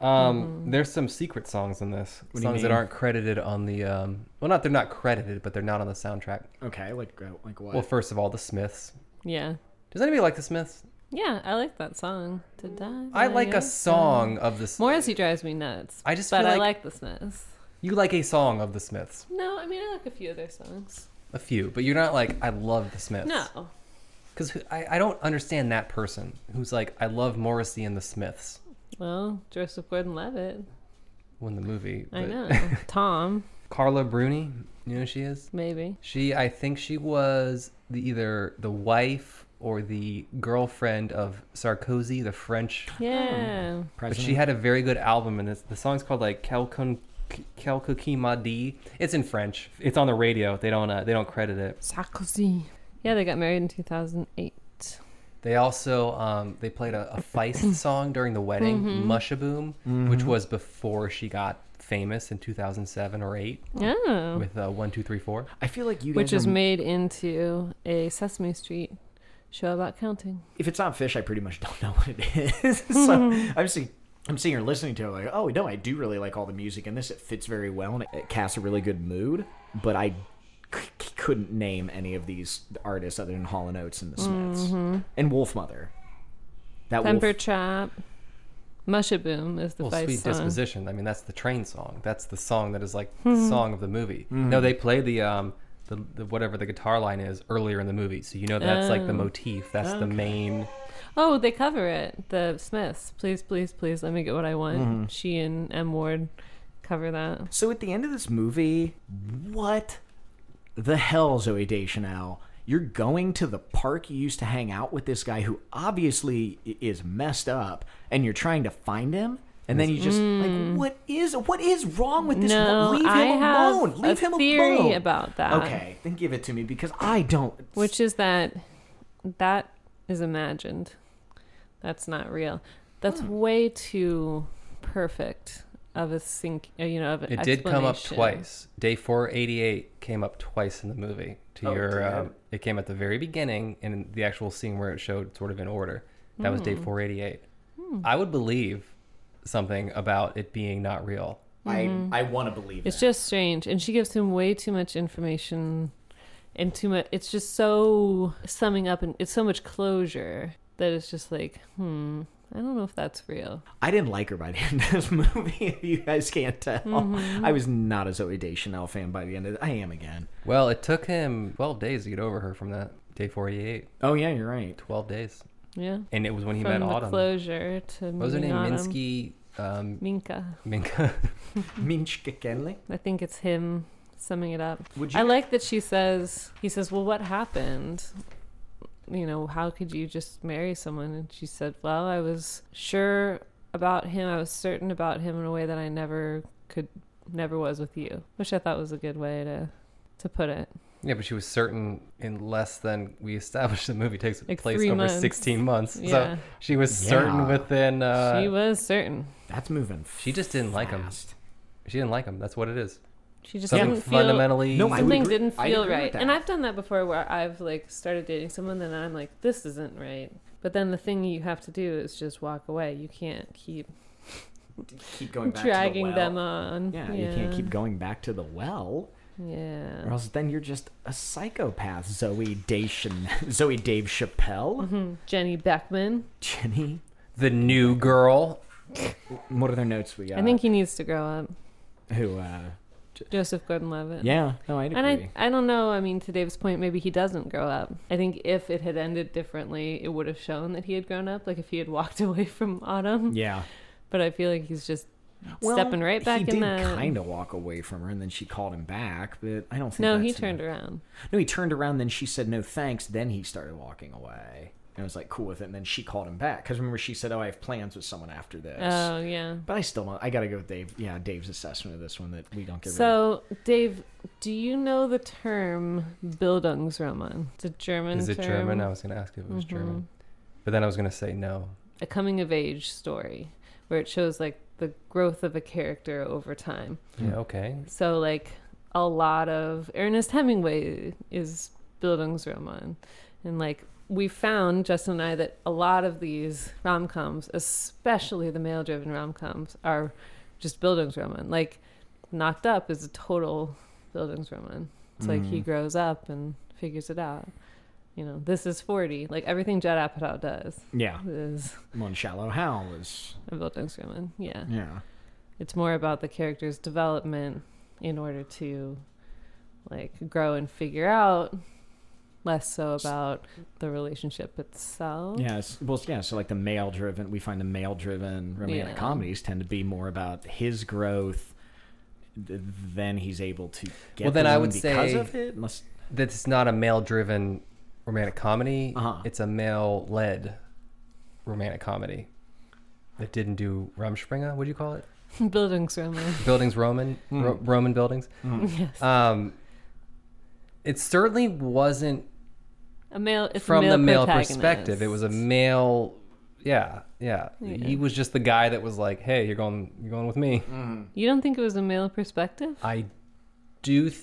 Um, Mm-hmm. There's some secret songs in this. What do you songs that mean? aren't credited on the. Um, well, not they're not credited, but they're not on the soundtrack. Okay, like uh, like what? Well, first of all, the Smiths. Yeah. Does anybody like the Smiths? Yeah, I like that song. To die. I by like your a song of the. S- Morrissey drives me nuts. I just but feel I like like- the Smiths. You like a song of the Smiths, No, I mean I like a few of their songs. a few, but you're not like I love the Smiths. No, because I, I don't understand that person who's like I love Morrissey and the Smiths well, Joseph Gordon-Levitt. when the movie. I but- know Tom, Carla Bruni, you know who she is. maybe. She, I think she was the, either the wife or the girlfriend of Sarkozy, the French. Yeah, But President. she had a very good album, and it's, the song's called like Calcon. Calcukimadi. It's in French. It's on the radio. They don't. Uh, they don't credit it. Sarkozy. Yeah, they got married in 2008. They also. Um, they played a, a Feist song during the wedding, Mushaboom, which was before she got famous in 2007 or eight Oh, with uh, one, two, three, four. I feel like you guys which are is made into a Sesame Street show about counting. if it's not fish, I pretty much don't know what it is. so I'm seeing, I'm sitting here listening to it, like, oh no, I do really like all the music in this. It fits very well, and it, it casts a really good mood. But I c- c- couldn't name any of these artists other than Hall and Oates and the Smiths and Wolf Mother. That Temper Wolf, Trap. Mushaboom is the Well, Vice Oh, sweet song. disposition. I mean, that's the train song. That's the song that is like the song of the movie. No, they play the um the, the whatever the guitar line is earlier in the movie, so you know that's like the motif. That's the main. Oh, they cover it. The Smiths. Please, please, please let me get what I want. She and M. Ward cover that. So at the end of this movie, what the hell, Zoe Deschanel? You're going to the park you used to hang out with this guy who obviously i- is messed up, and you're trying to find him. And then you just like, what is what is wrong with this? Mm. No, woman? Leave him I have alone. Leave a him theory alone. about that. Okay, then give it to me because I don't. Which is that that is imagined. That's not real. That's way too perfect of a sink. uh, You know, of an It did come up explanation. twice. Day four eighty eight came up twice in the movie. To Oh, it your, did? um, it came at the very beginning in the actual scene where it showed sort of in order. That was day Hmm. four eighty eight. I would believe something about it being not real. I I want to believe Mm-hmm. It's that. just strange, and she gives him way too much information, and too much. It's just so summing up, and it's so much closure that it's just like, hmm, I don't know if that's real. I didn't like her by the end of this movie. If you guys can't tell, Mm-hmm. I was not a Zoe Deschanel fan by the end of. it. I am again. Well, it took him twelve days to get over her from that day four eighty eight. Oh yeah, you're right. Twelve days. Yeah, And it was when he from met the Autumn. closure to What was her name? Autumn. Minsky um, Minka. Minka. Minchka Kenley. I think it's him summing it up. Would I you- like that she says, he says, Well, what happened? You know, how could you just marry someone? And she said, Well, I was sure about him. I was certain about him in a way that I never could, never was with you, which I thought was a good way to. To put it, yeah, but she was certain in less than we established the movie takes Like place three over months. 16 months. Yeah. So she was certain Yeah. within. Uh, she she, was certain. That's moving. just didn't like him. fast. didn't like him. That's what it is. She just Something didn't feel fundamentally. No, I would something agree- didn't I'd feel agree with right. that. And I've done that before where I've like started dating someone and then I'm like, this isn't right. But then the thing you have to do is just walk away. You can't keep Keep going back dragging to the well. them on. Yeah, you can't keep going back to the well, or Yeah. else then you're just a psychopath. Zoe Dation, Zoe Dave Chappelle, Mm-hmm. Jenny Beckman. Jenny. The new girl. What other notes we got? I think he needs to grow up. who. uh Joseph Gordon Levitt. Yeah, no, I agree. And I, I don't know. I mean, to Dave's point, maybe he doesn't grow up. I think if it had ended differently, it would have shown that he had grown up. Like if he had walked away from Autumn. yeah, But I feel like he's just stepping right he back in did that. kind of walk away from her, and then she called him back. But I don't think. no, he that's turned enough. around. No, he turned around. Then she said no thanks. Then he started walking away, and I was like cool with it. And then she called him back because remember she said, "Oh, I have plans with someone after this." Oh yeah. But I still don't. I gotta go with Dave. Yeah, Dave's assessment of this one that we don't get. rid of. So, Dave, do you know the term Bildungsroman? It's a German Is it term. German? I was going to ask if it was Mm-hmm. German. But then I was going to say no. a coming of age story where it shows like the growth of a character over time. Hmm. Yeah, okay. So like a lot of Ernest Hemingway is Bildungsroman, and like we found Justin and I that a lot of these rom coms, especially the male driven rom coms, are just Bildungsroman. Like Knocked Up is a total Bildungsroman. It's like he grows up and figures it out. You know, this is forty. Like everything Judd Apatow does yeah, is one shallow Hal was a Bildungsroman. Yeah. yeah. It's more about the character's development in order to like grow and figure out less so about the relationship itself. Yeah, it's, well, yeah. So like the male driven, we find the male driven romantic Yeah. comedies tend to be more about his growth th- than he's able to get. Well, then the I woman would because say- of it, unless That's not a male driven romantic comedy. Uh-huh. It's a male led romantic comedy that didn't do Rumspringa. What do you call it? Buildings Roman. Buildings Roman, Ro- Roman buildings. yes. Um, it certainly wasn't A male it's a from male the male protagonist. perspective. It was a male. Yeah, yeah, Yeah. He was just the guy that was like, "Hey, you're going, you're going with me." You don't think it was a male perspective? I do. Th-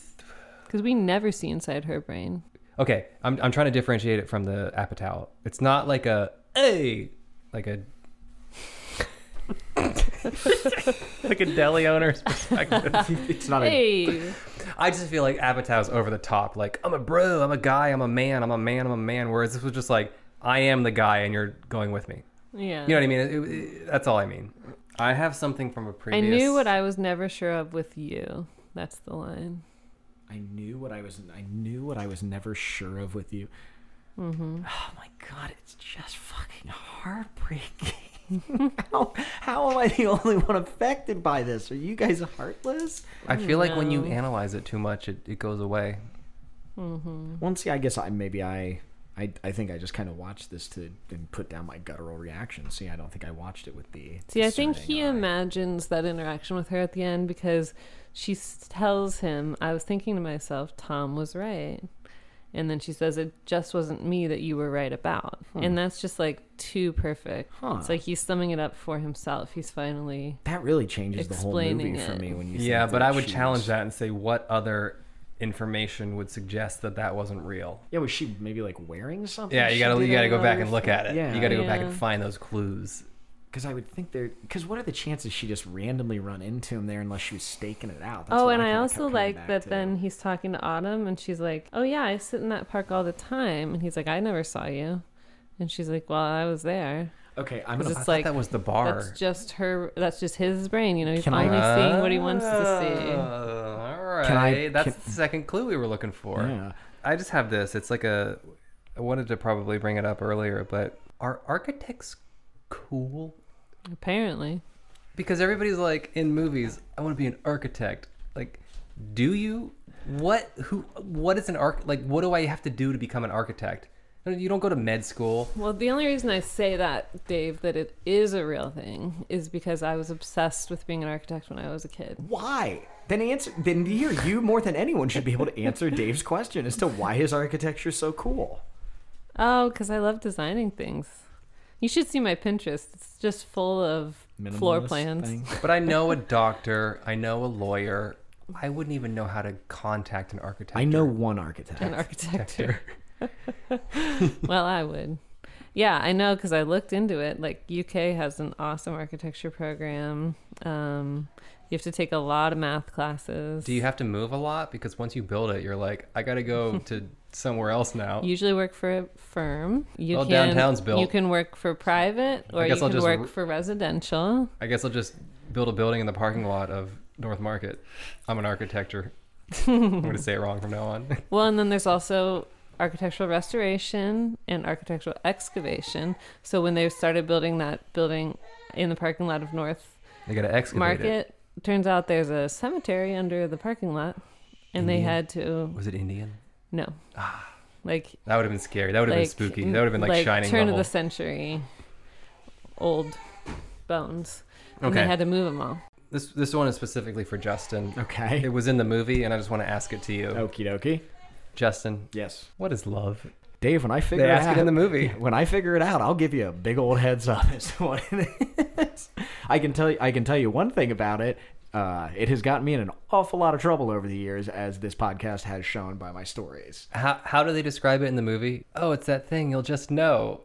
Because we never see inside her brain. okay, I'm I'm trying to differentiate it from the Apatow. It's not like a hey, like a like a deli owner's perspective. it's not a Hey, I just feel like Apatow's over the top. Like I'm a bro, I'm a guy, I'm a man, I'm a man, I'm a man. Whereas this was just like I am the guy, and you're going with me. yeah. You know what I mean? It- it- that's all I mean. I have something from a I previous. knew what I was never sure of with you. That's the line. I knew what I was. I knew what I was never sure of with you. Mm-hmm. Oh my god, it's just fucking heartbreaking. how, how am I the only one affected by this? Are you guys heartless? I feel like when you No. analyze it too much, it, it goes away. Mm-hmm. Well, see, I guess I maybe I. I, I think I just kind of watched this to and put down my guttural reaction. See, I don't think I watched it with the. See, I think discerning he eye. imagines that interaction with her at the end because she s- tells him, I was thinking to myself, Tom was right. And then she says, It just wasn't me that you were right about. And that's just like too perfect. Hmm. Huh. It's like he's summing it up for himself. He's finally. that really changes the whole Explaining movie for it. me when you. Yeah, think but that I would she challenge was- that and say what other information would suggest that that wasn't real. Yeah, was she maybe like wearing something? Yeah, you she gotta did you gotta on go back another and look thing? at it. Yeah, you gotta go back and Yeah. find those clues. Because I would think there. Because what are the chances she just randomly run into him there unless she was staking it out? That's oh, what and I, kinda kept also coming like back that to. then he's talking to Autumn and she's like, Oh, yeah, I sit in that park all the time. And he's like, I never saw you. And she's like, Well, I was there. Okay, I'm It's gonna. just I thought like. that was the bar. That's just her. That's just his brain. You know, he's Can I- Ah. only seeing what he wants to Ah, all right. Can I- That's can- the second clue we were looking for. Yeah. I just have this. It's like a. I wanted to probably bring it up earlier, but are architects cool? see. Apparently, Because everybody's like in movies, I want to be an architect. Like, do you? What? Who? What is an arch? Like, what do I have to do to become an architect? No, You don't go to med school. well, the only reason I say that, Dave, that it is a real thing, is because I was obsessed with being an architect when I was a kid. Why? Then answer. Then here, you more than anyone should be able to answer Dave's question as to why his architecture is so cool. Oh, because I love designing things. You should see my Pinterest. It's just full of floor Minimalist plans. thing. But I know a doctor. I know a lawyer. I wouldn't even know how to contact an architect. I know one architect. An architecture. well, I would. Yeah, I know because I looked into it. Like UK has an awesome architecture program. Um, you have to take a lot of math classes. Do you have to move a lot? Because once you build it, you're like, I gotta go to somewhere else now. usually work for a firm. You Well, can, downtown's built. You can work for private, or you guess I'll can just work re- for residential. I guess I'll just build a building in the parking lot of North Market. I'm an architecture. I'm gonna say it wrong from now on. Well, and then there's also architectural restoration and architectural excavation. So when they started building that building in the parking lot of North They gotta excavate it. Market, turns out there's a cemetery under the parking lot, and Mm-hmm. they had to Was it Indian? no, Ah, like That would have been scary. That would have like been spooky. That would have been like, shining turn level. of the century old bones. And Okay. they had to move them all. This this one is specifically for Justin. It Okay. was in the movie, and I just want to ask it to you, Okie dokie. Justin. Yes. What is love? Dave, when I They figure it ask out it in the movie. when I figure it out, I'll give you a big old heads up as to what it is. I can tell you, I can tell you one thing about it. Uh, it has gotten me in an awful lot of trouble over the years, as this podcast has shown by my stories. How how do they describe it in the movie? Oh, it's that thing. You'll just know.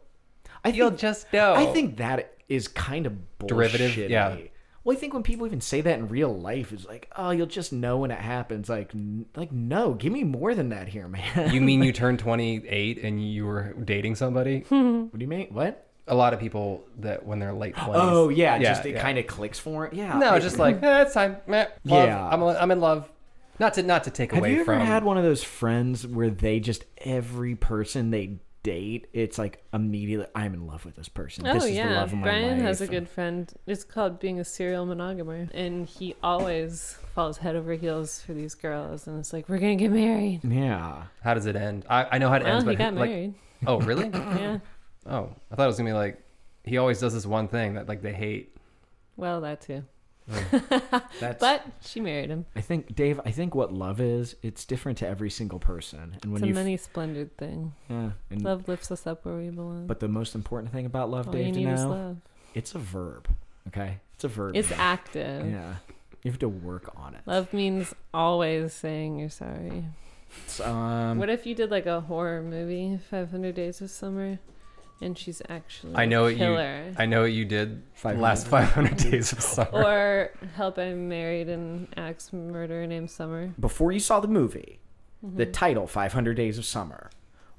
I You'll think, just know. I think that is kind of Derivative, bullshit. yeah. Well, I think when people even say that in real life, it's like, oh, you'll just know when it happens. Like, n- like no, give me more than that here, man. You mean you turned 28 and you were dating somebody? what do you mean? What? a lot of people that when they're late 20s. Oh yeah, just it kind of clicks for it. Yeah. No, it- just like eh, it's time. Meh, love. Yeah. I'm, I'm in love. Not to not to take Have away you ever from. had one of those friends where they just every person they date, it's like immediately I'm in love with this person. Oh this is the yeah, love of my Brian life. has a good friend. It's called being a serial monogamer, and he always falls head over heels for these girls. And it's like we're gonna get married. Yeah. How does it end? I, I know how it Well, ends, he but got who- like, married. oh really? yeah. Oh, I thought it was gonna be like he always does this one thing that like they hate. Well, that too. That's But she married him. I think Dave, I think what love is, it's different to every single person. And It's when a you many splendored thing. yeah, and- Love lifts us up where we belong. but the most important thing about love, All you Dave, to need is know, love. it's a verb. Okay? It's a verb. It's man. active. Yeah. You have to work on it. Love means always saying you're sorry. It's, um What if you did like a horror movie, Five Hundred Days of Summer, and she's actually I know a what you. killer? I know what you did. 500. Last 500 days of summer. Or help I'm married an axe murderer named Summer. before you saw the movie, the Mm-hmm. title 500 Days of Summer,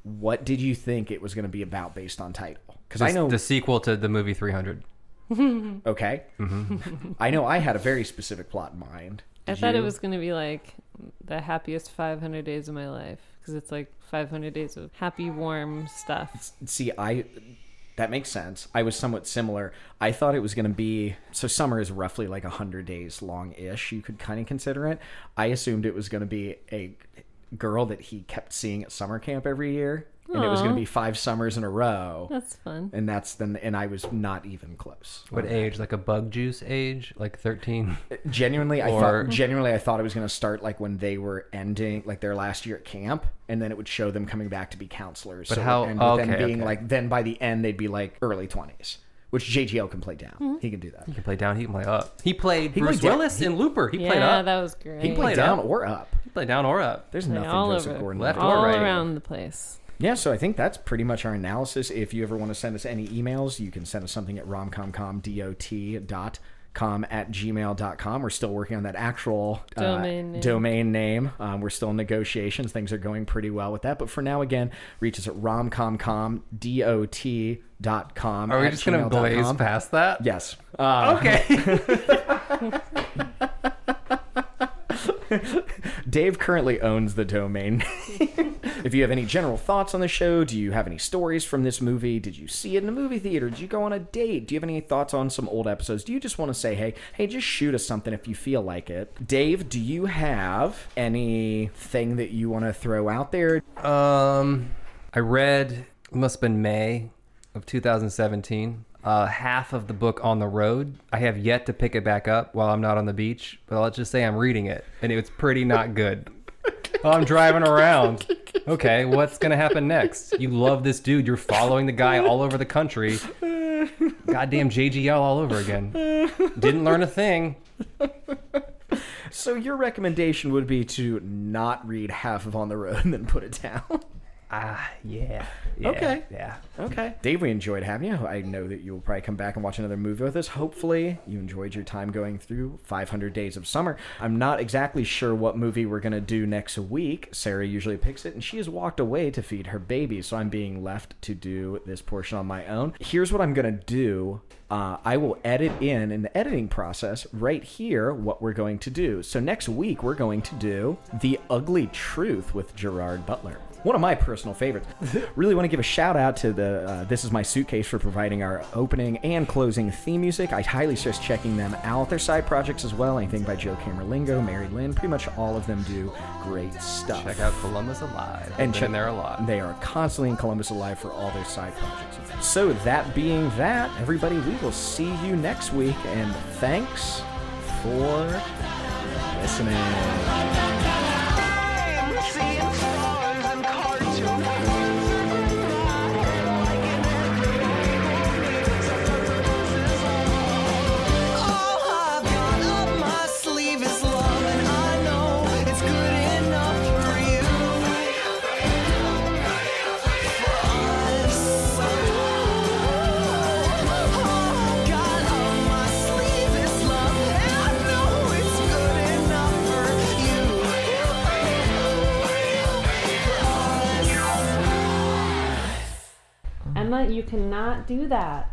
what did you think it was going to be about based on title? Cuz I This- know the sequel to the movie 300. okay. Mm-hmm. I know I had a very specific plot in mind. I Did thought it you? was gonna be like the happiest 500 days of my life because it's like 500 days of happy, warm stuff. see i that makes sense i was somewhat similar i thought it was going to be so summer is roughly like 100 days long ish you could kind of consider it i assumed it was going to be a girl that he kept seeing at summer camp every year and it was going Aw. to be five summers in a row That's fun. and that's then and i was not even close What age? Like a bug juice age? Like 13? genuinely i Or- thought genuinely i thought it was going to start like when they were ending like their last year at camp and then it would show them coming back to be counselors but how- and with okay, them being okay. like then by the end they'd be like early 20s which jgl can play down he can do that He can play down. He can play up. He played He Bruce played down- Willis in Looper. He played Yeah, up. that was great. he can play Played down up. or up He played down or up. there's Like, nothing all joseph over. gordon Left Levitt. all right. around the place. yeah so i think that's pretty much our analysis if you ever want to send us any emails you can send us something at romcomcomdot dot com at gmail.com we're still working on that actual uh, Domain name. domain name um, we're still in negotiations things are going pretty well with that but for now again reach us at romcomcomdot.com Are we at just going to gmail dot blaze com. past that? yes uh, Okay. Dave currently owns the domain. if you have any general thoughts on the show, do you have any stories from this movie? Did you see it in the movie theater? Did you go on a date? Do you have any thoughts on some old episodes? Do you just want to say, hey, hey, just shoot us something if you feel like it? Dave, do you have anything that you want to throw out there? um, I read, it must have been May of 2017, uh, half of the book On the Road. I have yet to pick it back up while I'm not on the beach, but let's just say I'm reading it, and it's pretty not good. I'm driving around. Okay, what's going to happen next? You love this dude. You're following the guy all over the country. Goddamn JGL all over again. Didn't learn a thing. So, your recommendation would be to not read half of On the Road and then put it down. Ah, yeah. yeah Okay. Yeah. Okay. Dave, we enjoyed having you. I know that you will probably come back and watch another movie with us. Hopefully, you enjoyed your time going through 500 Days of Summer. I'm not exactly sure what movie we're going to do next week. Sarah usually picks it, and she has walked away to feed her baby, so I'm being left to do this portion on my own. Here's what I'm going to do uh, I will edit in in the editing process right here what we're going to do. So, next week, we're going to do The Ugly Truth with Gerard Butler one of my personal favorites. really want to give a shout out to the uh, This Is My Suitcase for providing our opening and closing theme music. I highly stress checking them out. Their side projects as well, anything by Joe Camerlingo, Mary Lynn, pretty much all of them do great stuff. Check out Columbus Alive. and Been check- in there a lot. They are constantly in Columbus Alive for all their side projects. So that being that, everybody, we will see you next week, and thanks for listening. I'm seeing stars and cartoons. All I've got up my sleeve is love, and I know it's good enough for you. For us. All I've got up my sleeve is love, and I know it's good enough for you. Emma, you cannot do that.